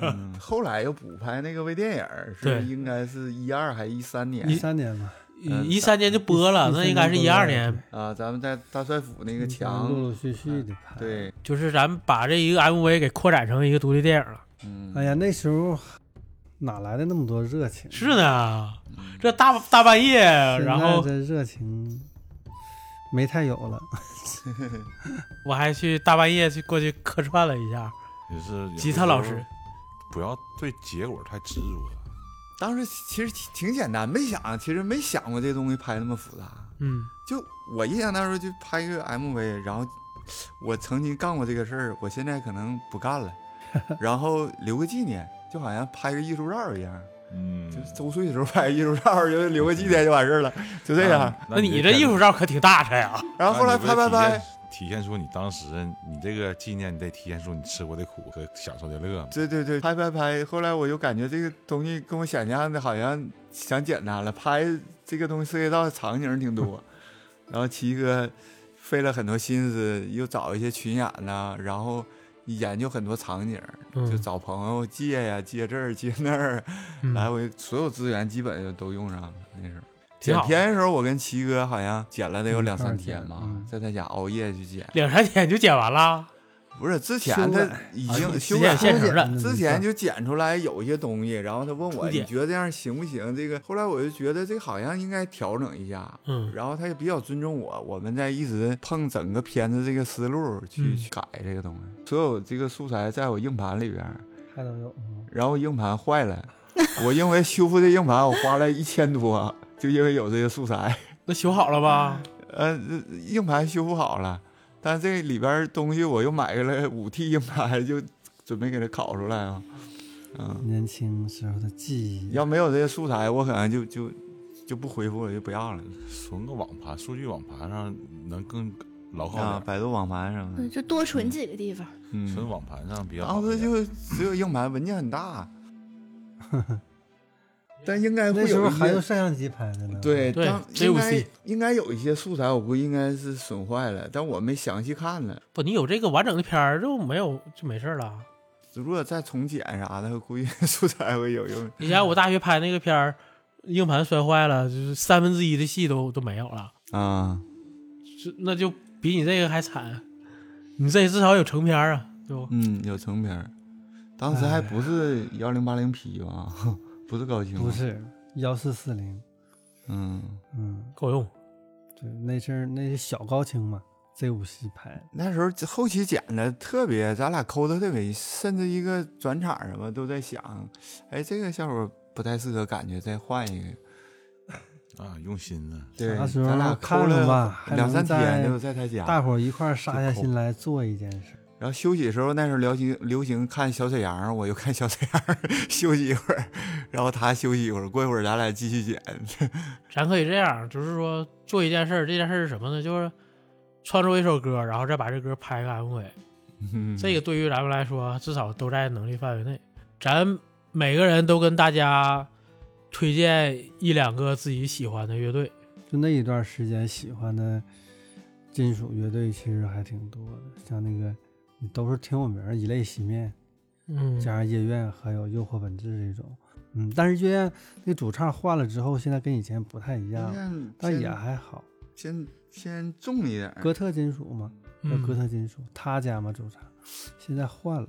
Speaker 1: 嗯，后来又补拍那个微电影儿，
Speaker 2: 对
Speaker 1: 是应该是一二还一三
Speaker 4: 一
Speaker 1: 年
Speaker 4: 三年吧，
Speaker 1: 嗯
Speaker 2: 一三年就播了，
Speaker 4: 13
Speaker 2: 那应该是一二
Speaker 4: 年
Speaker 2: 年。
Speaker 1: 啊，咱们在大帅府那
Speaker 4: 那
Speaker 1: 个
Speaker 4: 陆
Speaker 1: 墙，
Speaker 4: 陆续续的拍。，
Speaker 1: 对，
Speaker 2: 就是咱们把这一个 MV 给扩展成一个独立电影了。
Speaker 1: 嗯，
Speaker 4: 哎呀，那时候哪来的那么多热情？
Speaker 1: 嗯
Speaker 2: 是呢，这大大半夜，
Speaker 4: 现在
Speaker 2: 然后
Speaker 4: 这热情没太有了。
Speaker 2: 我还去大半夜去过去客串了一下，
Speaker 3: 也
Speaker 2: [laughs]
Speaker 3: 是
Speaker 2: 吉他老师，
Speaker 3: 不要对结果太执着了。
Speaker 1: 当时其实挺挺简单，没想，其实没想过这东西拍那么复杂。
Speaker 2: 嗯，
Speaker 1: 就我印象当中，就拍一个 MV，然后我曾经干过这个事儿，我现在可能不干了，然后留个纪念，就好像拍个艺术照一样，
Speaker 3: 嗯
Speaker 1: 就是周岁的时候拍个艺术照，就留个纪念就完事儿了，就这样。
Speaker 3: 啊
Speaker 1: 啊
Speaker 2: 那你这艺术照可挺大旻呀、
Speaker 1: 然后后来拍拍拍，，
Speaker 3: 体现出你当时你这个纪念，你得体现出你吃过的苦和享受的乐嘛。
Speaker 1: 对对对，拍拍拍。后来我就感觉这个东西跟我想象的好像想简单了，拍这个东西涉及到场景挺
Speaker 2: [laughs]
Speaker 1: 多，然后奇哥费了很多心思，又找一些群演呐、然后研究很多场景，就
Speaker 2: 嗯
Speaker 1: 找朋友借呀、借这儿借那儿，来
Speaker 2: 嗯，
Speaker 1: 回所有资源基本就都用上了。那时候
Speaker 2: 挺
Speaker 1: 剪
Speaker 2: 好
Speaker 1: 片的时候，我跟奇哥好像剪了得有两三天吧，
Speaker 4: 嗯
Speaker 1: 在他家熬夜去剪。
Speaker 2: 两三天就剪完了，
Speaker 1: 不是之前
Speaker 4: 修
Speaker 1: 他
Speaker 4: 改
Speaker 1: 已
Speaker 2: 啊
Speaker 1: 经
Speaker 2: 直
Speaker 1: 修
Speaker 2: 接
Speaker 1: 改
Speaker 2: 现成
Speaker 4: 嗯
Speaker 2: 的
Speaker 1: 之前就剪出来有一些东西，然后他问我
Speaker 2: 初剪
Speaker 1: 你觉得这样行不行？这个后来我就觉得这个好像应该调整一下，
Speaker 2: 嗯
Speaker 1: 然后他也比较尊重我，我们在一直碰整个片子这个思路去
Speaker 2: 嗯
Speaker 1: 去改这个东西。所有这个素材在我硬盘里边儿，
Speaker 4: 还能有，嗯
Speaker 1: 然后硬盘坏了，我因为修复这硬盘我花了一千多，就因为有这些素材，
Speaker 2: 那修好了吧？
Speaker 1: 呃，硬盘修复好了，但这里边东西我又买了五 T 硬盘，就准备给它拷出来啊，嗯。
Speaker 4: 年轻时候的记忆。
Speaker 1: 要没有这些素材，我可能就就就不回复了，就不要了
Speaker 3: 存个网盘，数据网盘上能更牢靠
Speaker 1: 啊，
Speaker 3: 点，
Speaker 1: 百度网盘什么
Speaker 4: 嗯
Speaker 1: 的，
Speaker 5: 嗯就多存几个地方。
Speaker 3: 存
Speaker 1: 嗯，
Speaker 3: 网盘上比较好
Speaker 1: 当
Speaker 3: 一
Speaker 1: 时
Speaker 3: 点。
Speaker 1: 就只有硬盘，文件很 [laughs] 大，但应该会
Speaker 4: 那时
Speaker 1: 有
Speaker 4: 候
Speaker 1: 一
Speaker 4: 还
Speaker 1: 些
Speaker 4: 用摄像机拍的呢。
Speaker 1: 对，
Speaker 2: 对
Speaker 1: 当
Speaker 2: 只有
Speaker 1: 应该
Speaker 2: C
Speaker 1: 应该有一些素材，我估计应该是损坏了，但我没详细看呢。
Speaker 2: 不，你有这个完整的片儿就没有就没事儿了。
Speaker 1: 如果再重剪啥的，估计素材会有用。
Speaker 2: 以前我大学拍那个片儿，硬盘摔坏了，就是三分之一的戏都都没有了，
Speaker 1: 啊，
Speaker 2: 这那就比你这个还惨。你这至少有成片儿啊，就
Speaker 1: 嗯，有成片儿，当时还不是幺零八零 P 吧， [laughs] 不是高清，
Speaker 4: 哎不，是幺四四零，
Speaker 1: 嗯。
Speaker 4: 嗯，
Speaker 2: 够用。
Speaker 4: 对，那是那是小高清嘛，Z 五系拍，
Speaker 1: 那时候这后期剪的特别，咱俩抠的特别，甚至一个转场什么都在想，哎，这个效果不太适合，感觉再换一个。
Speaker 3: 啊，用心呢。
Speaker 1: 对，
Speaker 4: 啥时候
Speaker 1: 咱俩抠
Speaker 4: 看看
Speaker 1: 了
Speaker 4: 吧还
Speaker 1: 两三
Speaker 4: 能
Speaker 1: 天
Speaker 4: 再
Speaker 1: 就在他家，
Speaker 4: 大伙儿一块儿杀下心来做一件事。
Speaker 1: 然后休息的时候，那时候流行流行看小沈阳，我就看小沈阳 [laughs] 休息一会儿，然后他休息一会儿，过一会儿咱俩继续剪。
Speaker 2: 咱可以这样，就是说做一件事儿，这件事儿是什么呢？就是创作一首歌，然后再把这歌拍个 MV。这个对于咱们来说，至少都在能力范围内。咱每个人都跟大家推荐一两个自己喜欢的乐队，
Speaker 4: 就那一段时间喜欢的金属乐队其实还挺多的，像那个你都是挺有名儿，以泪洗面，
Speaker 2: 嗯
Speaker 4: 加上夜愿，还有诱惑本质这种。嗯，但是夜愿那主唱换了之后，现在跟以前不太一样了，
Speaker 1: 嗯，
Speaker 4: 但也
Speaker 1: 先
Speaker 4: 还好。
Speaker 1: 先先重一点儿，
Speaker 4: 哎哥特金属嘛，叫哥
Speaker 2: 嗯
Speaker 4: 特金属，他家嘛主唱，现在换了，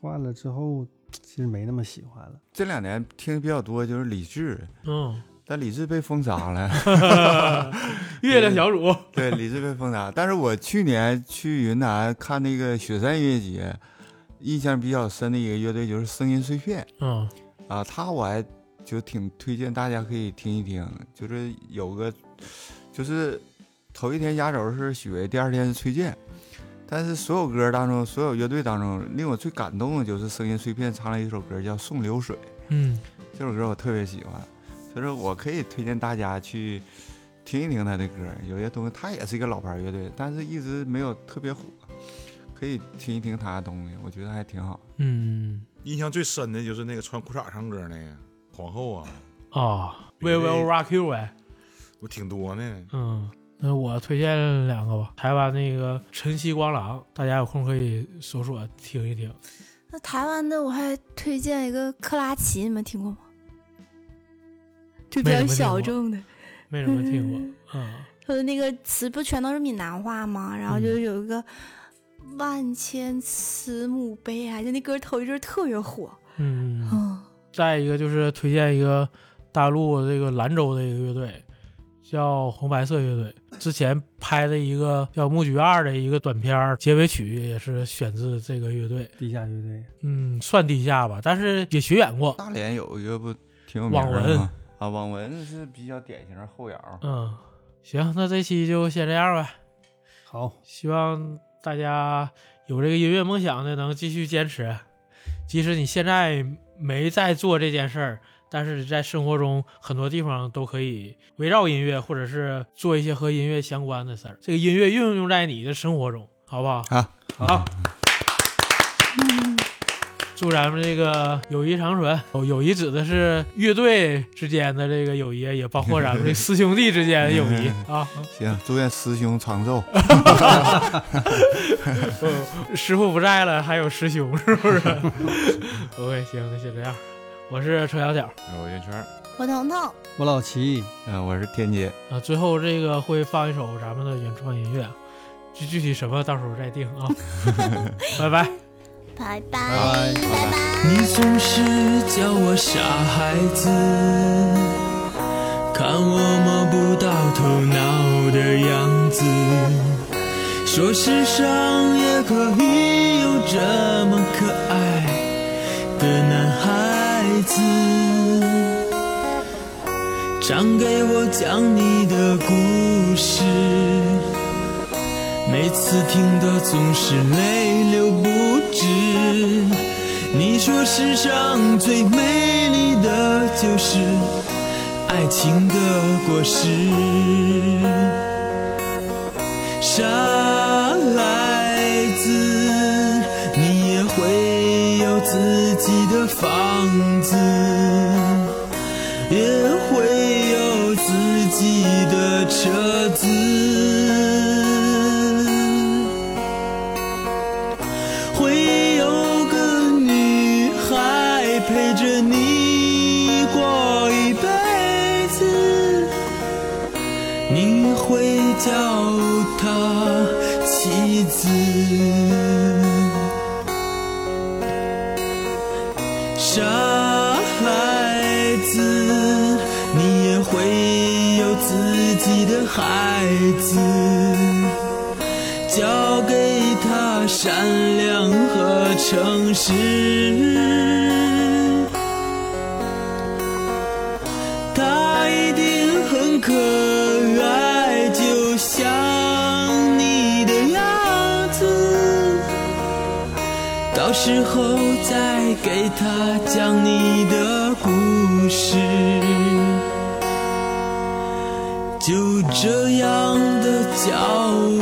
Speaker 4: 换了之后其实没那么喜欢了。
Speaker 1: 这两年听的比较多就是李志，
Speaker 2: 嗯，
Speaker 1: 但李志被封杀了。
Speaker 2: 月亮小主，
Speaker 1: [laughs] 对，李志被封杀。但是我去年去云南看那个雪山音乐节，印象比较深的一个乐队就是声音碎片
Speaker 2: 嗯
Speaker 1: 啊，他我还就挺推荐大家可以听一听，就是有个就是头一天压轴是雪，第二天是崔健。但是所有歌当中，所有乐队当中，令我最感动的就是声音碎片唱了一首歌叫《送流水》。
Speaker 2: 嗯，
Speaker 1: 这首歌我特别喜欢，所以说我可以推荐大家去听一听他的歌。有些东西，他也是一个老牌乐队，但是一直没有特别火，可以听一听他的东西，我觉得还挺好。
Speaker 2: 嗯
Speaker 3: 印象最深的就是那个穿裤衩唱歌那个皇后啊，
Speaker 2: 啊，We Will Rock You 呗，
Speaker 3: 我挺多呢。
Speaker 2: 嗯。那我推荐两个吧，台湾那个晨曦光廊，大家有空可以搜索听一听。
Speaker 5: 那台湾的我还推荐一个克拉奇，你们听过吗？就比
Speaker 2: 没
Speaker 5: 较
Speaker 2: 怎么听
Speaker 5: 小
Speaker 2: 过
Speaker 5: 众的，
Speaker 2: 没怎么听
Speaker 5: [laughs]
Speaker 2: 过，嗯，
Speaker 5: 他的那个词不全都是闽南话吗？然后就
Speaker 2: 嗯
Speaker 5: 有一个“万千慈母悲”啊，就那歌头一阵儿特别火。
Speaker 2: 嗯，
Speaker 5: 嗯，
Speaker 2: 再一个就是推荐一个大陆这个兰州的一个乐队，叫红白色乐队，之前拍的一个叫《木菊二》的一个短片儿，结尾曲也是选自这个乐队。
Speaker 4: 地下乐队，
Speaker 2: 嗯，算地下吧，但是也巡演过。
Speaker 1: 大连有一个不挺有名
Speaker 2: 网
Speaker 1: 的
Speaker 2: 文
Speaker 1: 吗？啊，网文是比较典型的后摇儿。
Speaker 2: 嗯，行，那这期就先这样呗。
Speaker 4: 好，
Speaker 2: 希望大家有这个音乐梦想的能继续坚持，即使你现在没在做这件事儿，但是在生活中很多地方都可以围绕音乐，或者是做一些和音乐相关的事儿。这个音乐运用在你的生活中，好不好？
Speaker 1: 好，
Speaker 2: 好。祝咱们这个友谊长存。友友谊指的是乐队之间的这个友谊，也包括咱们这师兄弟之间的友谊啊。
Speaker 1: 行，祝愿师兄长寿。 [laughs]
Speaker 2: 师傅不在了，还有师兄，是不是 [laughs] ？OK，行，那先这样。我是程小小
Speaker 3: 我圆圈儿，
Speaker 5: 我彤彤，
Speaker 4: 我老齐，
Speaker 1: 嗯，我是天津。
Speaker 2: 啊，最后这个会放一首咱们的原创音乐，具具体什么到时候再定啊。 [laughs] 拜拜。
Speaker 5: 拜拜
Speaker 4: 拜拜
Speaker 5: 拜拜
Speaker 6: 你总是叫我傻孩子，看我摸不到头脑的样子，说世上也可以有这么可爱的男孩子，常给我讲你的故事。每次听得总是泪流不止。你说世上最美丽的就是爱情的果实。傻孩子，你也会有自己的房子，也会有自己的车子。会有个女孩陪着你过一辈子，你会叫她妻子。傻孩子，你也会有自己的孩子。交给他善良和诚实。他一定很可爱，就像你的样子。到时候再给他讲你的故事。就这样的教